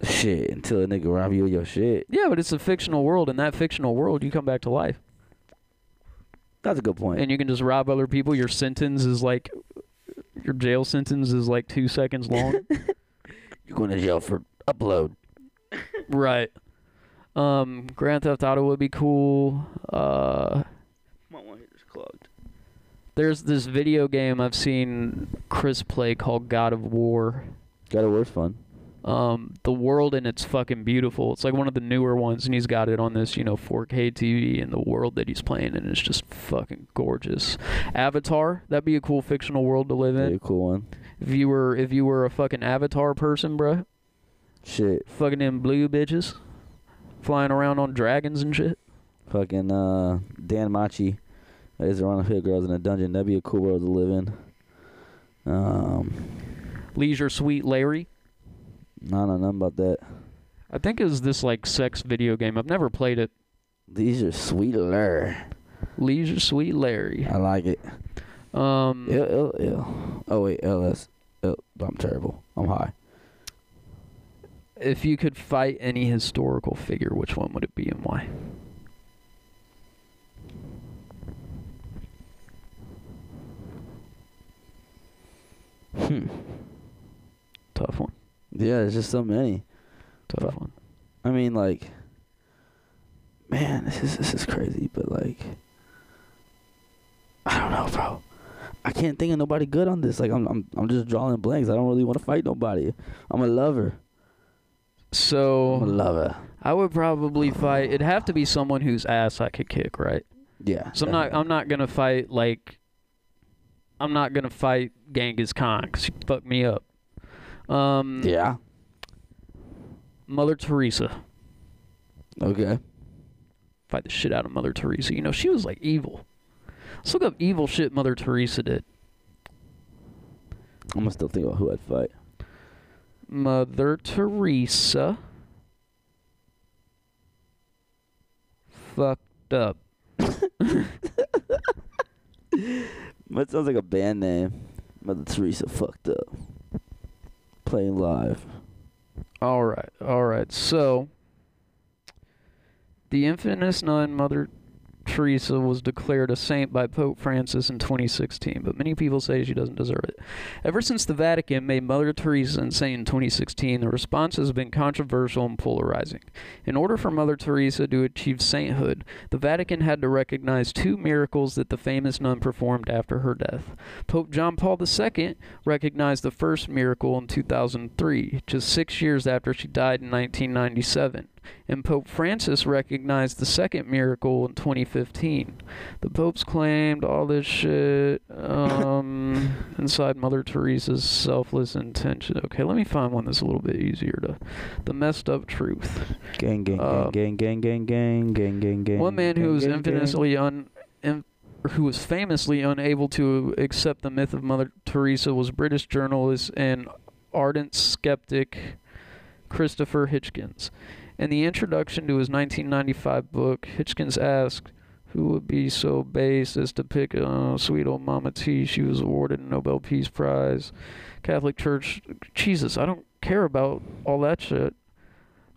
Shit, until a nigga rob you of your shit.
Yeah, but it's a fictional world. In that fictional world, you come back to life,
That's a good point.
and you can just rob other people. Your sentence is like, your jail sentence is like two seconds long.
You're going to jail for upload.
right. Um, Grand Theft Auto would be cool. Uh,
My one hitter's clogged.
there's this video game I've seen Chris play called God of War.
Got a worse fun.
um, the world and it's fucking beautiful. It's like one of the newer ones, and he's got it on this, you know, 4K TV, and the world that he's playing in is just fucking gorgeous. Avatar, that'd be a cool fictional world to live
Yeah,
in.
cool one.
If you were, if you were a fucking Avatar person, bruh,
Shit,
fucking in blue bitches, flying around on dragons and shit.
fucking uh, Dan Machi is around hood girls in a dungeon. That'd be a cool world to live in. Um,
Leisure Suite Larry.
I don't know nothing about that.
I think it was this like sex video game. I've never played it.
These are sweeter.
Leisure Suite Larry.
I like it.
Um,
L L L. Oh wait, L S. L. I'm terrible. I'm high.
if you could fight any historical figure, which one would it be and why?
Hmm.
Tough one.
Yeah, there's just so many.
Tough one.
I mean, like, man, this is this is crazy, but like, I don't know, bro. I can't think of nobody good on this. Like, I'm I'm I'm just drawing blanks. I don't really want to fight nobody. I'm a lover. I'm a
So
lover.
I would probably fight. It'd have to be someone whose ass I could kick, right?
Yeah.
So I'm not. I'm not gonna fight like. I'm not gonna fight Genghis Khan because he fucked me up. Um,
[laughs] Yeah.
Mother Teresa.
Okay.
Fight the shit out of Mother Teresa. You know she was like evil. Let's look up evil shit Mother Teresa did.
I'm gonna still think about who I'd fight.
Mother Teresa fucked up.
That sounds like a band name. Mother Teresa fucked up. Playing live.
All right, all right. So, the infamous nun, Mother Teresa, was declared a saint by Pope Francis in 2016, but many people say she doesn't deserve it. Ever since the Vatican made Mother Teresa a saint in 2016, the response has been controversial and polarizing. In order for Mother Teresa to achieve sainthood, the Vatican had to recognize two miracles that the famous nun performed after her death. Pope John Paul II recognized the first miracle in 2003, just six years after she died in 1997, and Pope Francis recognized the second miracle in 2015. The popes claimed all this shit um, inside Mother Teresa's selfless intention. Okay, let me find one that's a little bit easier to. The messed up truth.
Gang, gang,
Uh,
gang, gang, gang, gang, gang, gang, gang.
One man who
gang,
was
gang, gang.
infamously un, in, who was famously unable to accept the myth of Mother Teresa was British journalist and ardent skeptic Christopher Hitchens. In the introduction to his 1995 book, Hitchens asked, "Who would be so base as to pick uh, sweet old Mama T? She was awarded a Nobel Peace Prize. Catholic Church. Jesus, I don't care about all that shit."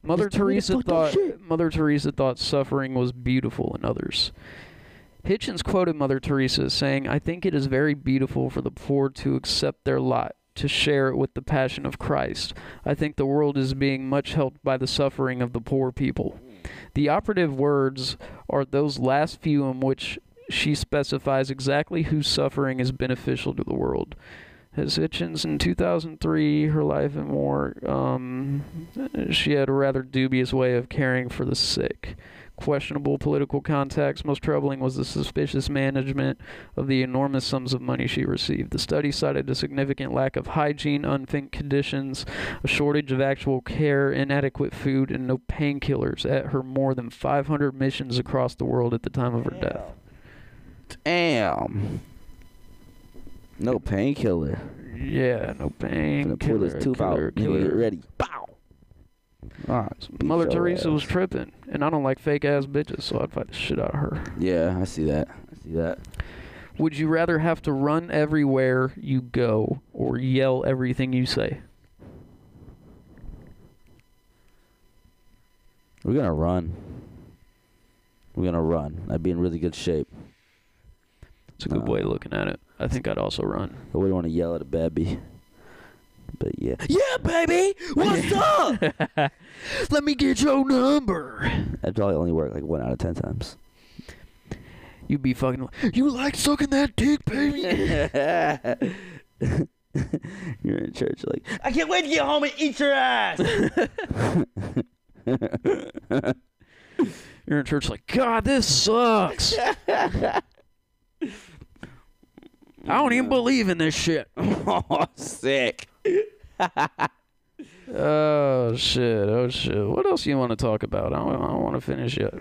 Mother
Just do the
Teresa
fucked up
thought
shit.
Mother Teresa thought suffering was beautiful in others. Hitchens quoted Mother Teresa as saying, I think it is very beautiful for the poor to accept their lot, to share it with the passion of Christ. I think the world is being much helped by the suffering of the poor people. The operative words are those last few in which she specifies exactly whose suffering is beneficial to the world. As Hitchens in 2003, her life and more, um, she had a rather dubious way of caring for the sick. questionable political contacts. Most troubling was the suspicious management of the enormous sums of money she received. The study cited a significant lack of hygiene, unfit conditions, a shortage of actual care, inadequate food, and no painkillers at her more than 500 missions across the world at the time of her death.
Damn. No painkiller.
Yeah, no pain.
Finna pull this tooth out. Nigga, get ready. Bow. Ah, beat
Mother
your
Teresa
ass.
was tripping, and I don't like fake ass bitches, so I'd fight the shit out of her.
Yeah, I see that. I see that.
Would you rather have to run everywhere you go or yell everything you say?
We're gonna run. We're gonna run. I'd be in really good shape.
It's a good
Uh,
way of looking at it. I think I'd also run.
I wouldn't want to yell at a baby. But yeah. Yeah, baby!
[laughs]
What's up?
Let me get your number.
I'd probably only work like one out of ten times. [laughs]
You'd be fucking. [laughs] You like sucking that dick, baby?
You're in church like [laughs]
I can't wait to get home and eat your ass.
You're in church like, God, this sucks. [laughs] I don't even believe in this shit.
Oh sick.
Oh shit! Oh shit! What else you want to talk about? I don't, I don't want to finish yet.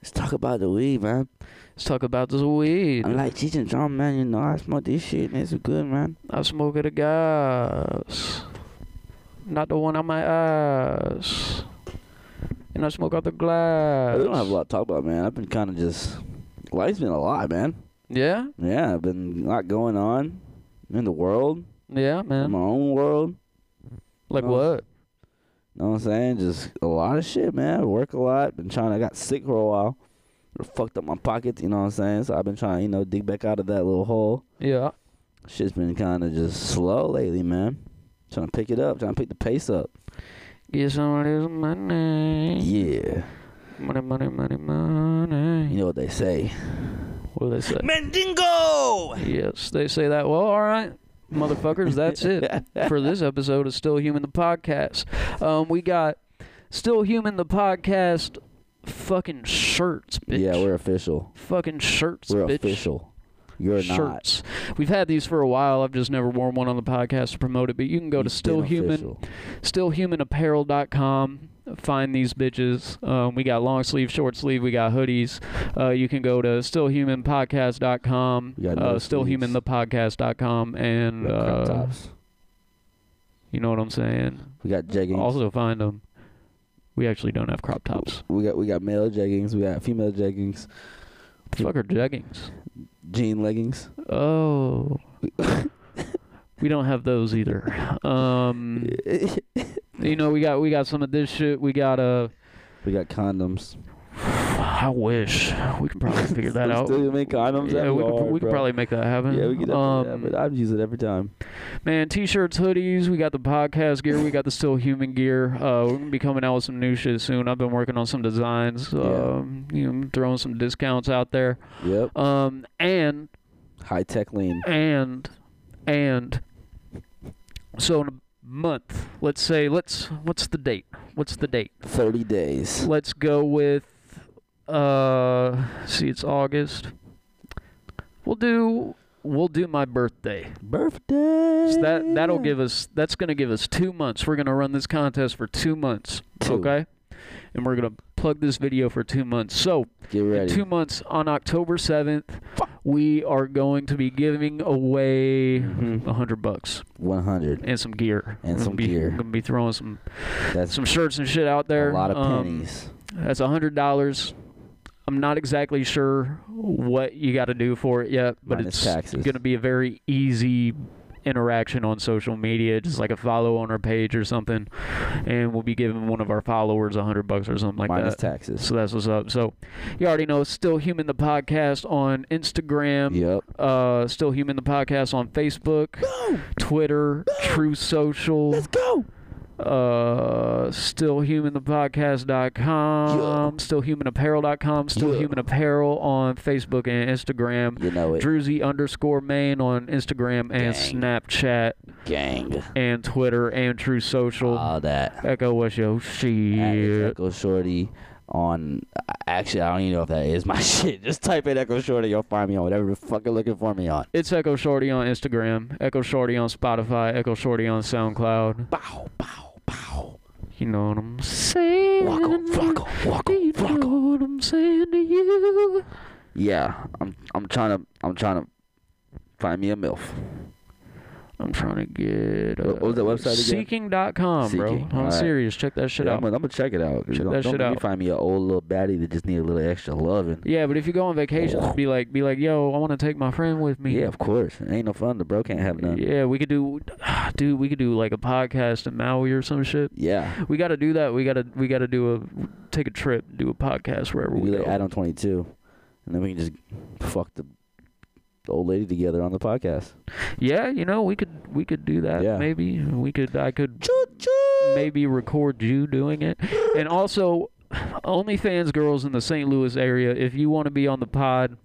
Let's talk about the weed, man.
Let's talk about this weed.
I'm like Cheech and Chong, man. You know, I smoke this shit and it's good, man.
I smoke at a gas, not the one on my ass. And I smoke out the glass.
We don't have a lot to talk about, man. I've been kind of just life's been a lot, man.
Yeah,
Yeah, I've been a lot going on in the world,
yeah,
in
man.
my own world.
Like
Oh.
what?
You know what I'm saying? Just a lot of shit, man. I work a lot. Been trying. I got sick for a while. It fucked up my pockets. You know what I'm saying? So I've been trying, you know, dig back out of that little hole.
Yeah.
Shit's been kind of just slow lately, man. Trying to pick it up. Trying to pick the pace up.
Get some of this money.
Yeah.
Money, money, money, money.
You know what they say.
What do they say?
Mendingo.
Yes, they say that. Well, all right, motherfuckers, that's
[laughs]
it for this episode of Still Human the podcast. Um, we got Still Human the podcast fucking shirts, bitch.
Yeah, we're official.
fucking shirts,
We're
bitch.
official. You're not.
shirts. We've had these for a while. I've just never worn one on the podcast to promote it, but you can go to
You've
Still
been
Human,
official.
stillhumanapparel.com. Find these bitches. Um, we got long sleeve, short sleeve. We got hoodies. Uh, you can go to stillhumanpodcast.com,
We got
uh,
no sleeves.
stillhumanthepodcast.com,
We
and
got crop
uh,
tops.
you know what I'm saying.
We got jeggings.
Also find them. We actually don't have crop tops.
we got we got male jeggings. We got female jeggings.
The fuck are jeggings?
Jean leggings.
Oh. we don't have those either. Um, you know, we got we got some of this shit. We got uh,
[laughs] We got condoms.
[laughs] I wish we can probably figure that
We
out.
Still make condoms.
yeah,
That'd
we
be
could,
hard,
we could
bro.
probably make that happen.
Yeah, we could
um,
definitely. but I'd use it every time.
Man, t-shirts, hoodies. We got the podcast gear. We got the still human gear. Uh, we're gonna be coming out with some new shit soon. I've been working on some designs. Um, you know, throwing some discounts out there.
Yep.
Um, and
High tech lean.
and and so in a month let's say let's what's the date what's the date
Thirty days.
let's go with uh see it's august we'll do we'll do my birthday
Birthday.
so that that'll give us that's gonna give us two months we're gonna run this contest for two months
Two.
okay and we're gonna plug this video for two months so
Get
in
ready.
two months on october 7th we are going to be giving away
Mhm.
a hundred bucks
One hundred.
and some gear We're
And
gonna
some
be-
gear.
Gonna be throwing some
That's
some shirts and shit out there.
a lot of
Um,
pennies.
That's a hundred dollars. I'm not exactly sure what you got to do for it yet, but
Minus
it's
taxes.
gonna be a very easy interaction on social media, just like a follow on our page or something, and we'll be giving one of our followers a hundred bucks or something like
Minus
that.
taxes.
So that's what's up. So you already know, still human the podcast on Instagram
Yep.
uh, Still Human the podcast on Facebook, Twitter, True Social. Let's go. Uh, stillhumanthepodcast.com, stillhumanapparel.com, stillhumanapparel on Facebook and Instagram.
You know it.
Druzy underscore main on Instagram and
Gang.
Snapchat
Gang.
and Twitter and True Social.
All that.
Echo West Yo
At is
shit.
Echo Shorty on. Actually, I don't even know if that is my [laughs] shit. Just type in Echo Shorty. You'll find me on whatever the fuck you're looking for me on.
It's Echo Shorty on Instagram, Echo Shorty on Spotify, Echo Shorty on SoundCloud.
Bow, bow, bow.
You know what I'm saying?
Walk on, walk on, walk
Do you
on,
know
walk on.
what I'm saying to you?
Yeah, I'm. I'm trying to. I'm trying to find me a milf.
I'm trying to get. Uh,
What- what was that website again?
Seeking.com, bro.
Seeking,
I'm
alright.
serious. Check that shit
Yeah,
out.
I'm, gonna, I'm gonna check it out. 'cause
Check
don't
that
don't
shit
make me
out.
find me an old little baddie that just need a little extra loving.
yeah, but if you go on vacation, be like, be like, yo, I want to take my friend with me.
Yeah, of course. It ain't no fun. The bro can't have none. Yeah.
Yeah, we could do, [sighs] dude. We could do like a podcast in Maui or some shit. We got to do that. We got to we got to do a take a trip, do a podcast wherever
We
we,
like
go.
Adam 22, and then we can just fuck the the old lady together on the podcast.
Yeah, you know, we could we could do that.
Yeah.
Maybe we could. I could maybe record you doing it, and also. OnlyFans girls in the St. Louis area. If you want to be on the pod,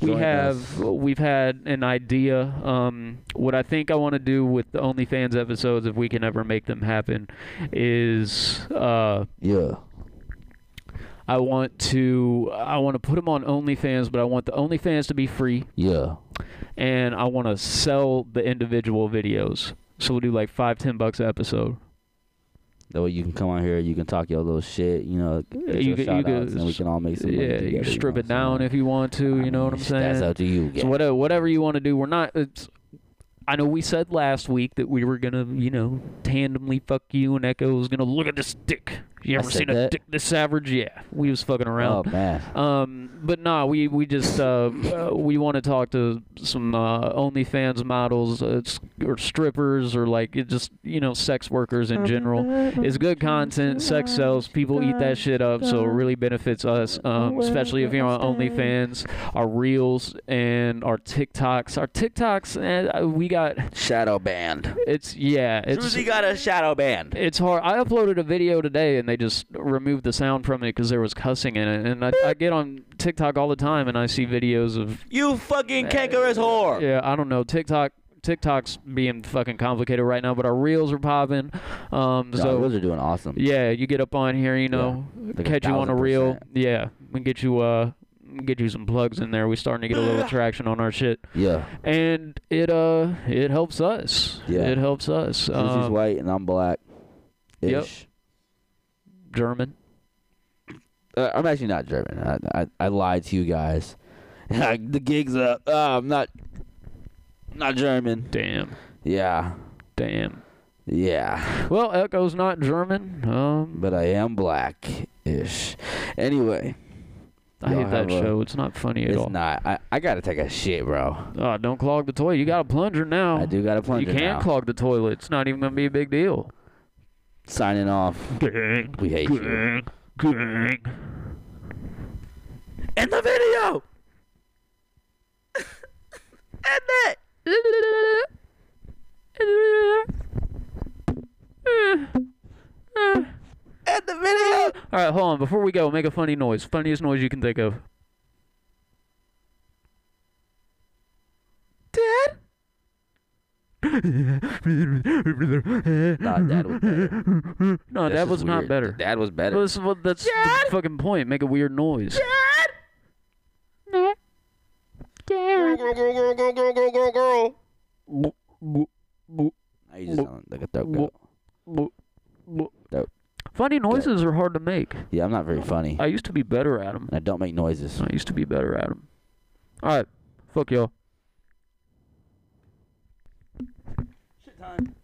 we
Join
have
us.
we've had an idea. Um, what I think I want to do with the OnlyFans episodes, if we can ever make them happen, is uh,
Yeah.
I want to I want to put them on OnlyFans, but I want the OnlyFans to be free,
Yeah.
and I want to sell the individual videos. So we'll do like five, ten bucks an episode.
That way you can come on here, you can talk your little shit, you know, get
you
your
could- you
shout outs,
could-
and we can all make some money
yeah,
together,
you can
know
strip
what
it
I'm
down
saying?
if you want to.
I
you know what I'm
mean,
saying?
That's up to you. Yeah.
So whatever, whatever you want to do, we're not. It's, I know we said last week that we were gonna, you know, tandemly fuck you and Echo was gonna look at this dick. You
I
ever
said
seen a
that?
dick this average? Yeah, we was fucking around.
Oh man.
Um, but nah, we we just uh, uh, we want to talk to some uh, OnlyFans models uh, s- or strippers or like it just you know sex workers in general. It's good content. Sex sells. People eat that shit up, so it really benefits us. Um, especially if you're on OnlyFans, our reels and our TikToks. Our TikToks, eh, uh, we got
Shadow band.
it's yeah, it's
Susie got a shadow band.
it's hard. I uploaded a video today and they just removed the sound from it because there was cussing in it. And I, I get on TikTok all the time and I see videos of
You fucking cankerous whore.
yeah, I don't know TikTok. TikTok's being fucking complicated right now, but our reels are popping. Um,
No,
so
those are doing awesome.
yeah, you get up on here, you know,
like a
catch you on a
thousand
reel.
percent.
Yeah, we get you uh, get you some plugs in there. We're starting to get a
[sighs]
little traction on our shit,
Yeah.
and it uh, it helps us.
Yeah.
it helps us.
Susie's
Um,
white and I'm black.
yep.
Ish.
German.
Uh, I'm actually not German. I I, I lied to you guys. [laughs] the gig's up. Uh, I'm not. Not German.
Damn,
Yeah.
damn.
Yeah.
Well, Echo's not German. Um,
But I am black ish. Anyway,
I
y'all
hate that
have a-
show. It's not funny at
it's
all.
not. I, I gotta take a shit, bro.
Oh, don't clog the toilet. You got a plunger now.
I do gotta plunge
You can't
now.
clog the toilet. It's not even gonna be a big deal.
Signing off. We hate you. In the video! In the video!
All right, hold on. Before we go, make a funny noise. Funniest noise you can think of.
Nah, dad
[laughs]
was better.
No,
That's
that
just
was not
weird.
better.
Dad was better.
Well, that's, well, that's the fucking point. Make a weird noise.
Now you just sound like a throat goat. Dope.
Funny noises are hard to make.
Yeah, I'm not very funny.
I used to be better at them.
and I don't make noises.
I used to be better at them. All right, fuck y'all.
Shit time.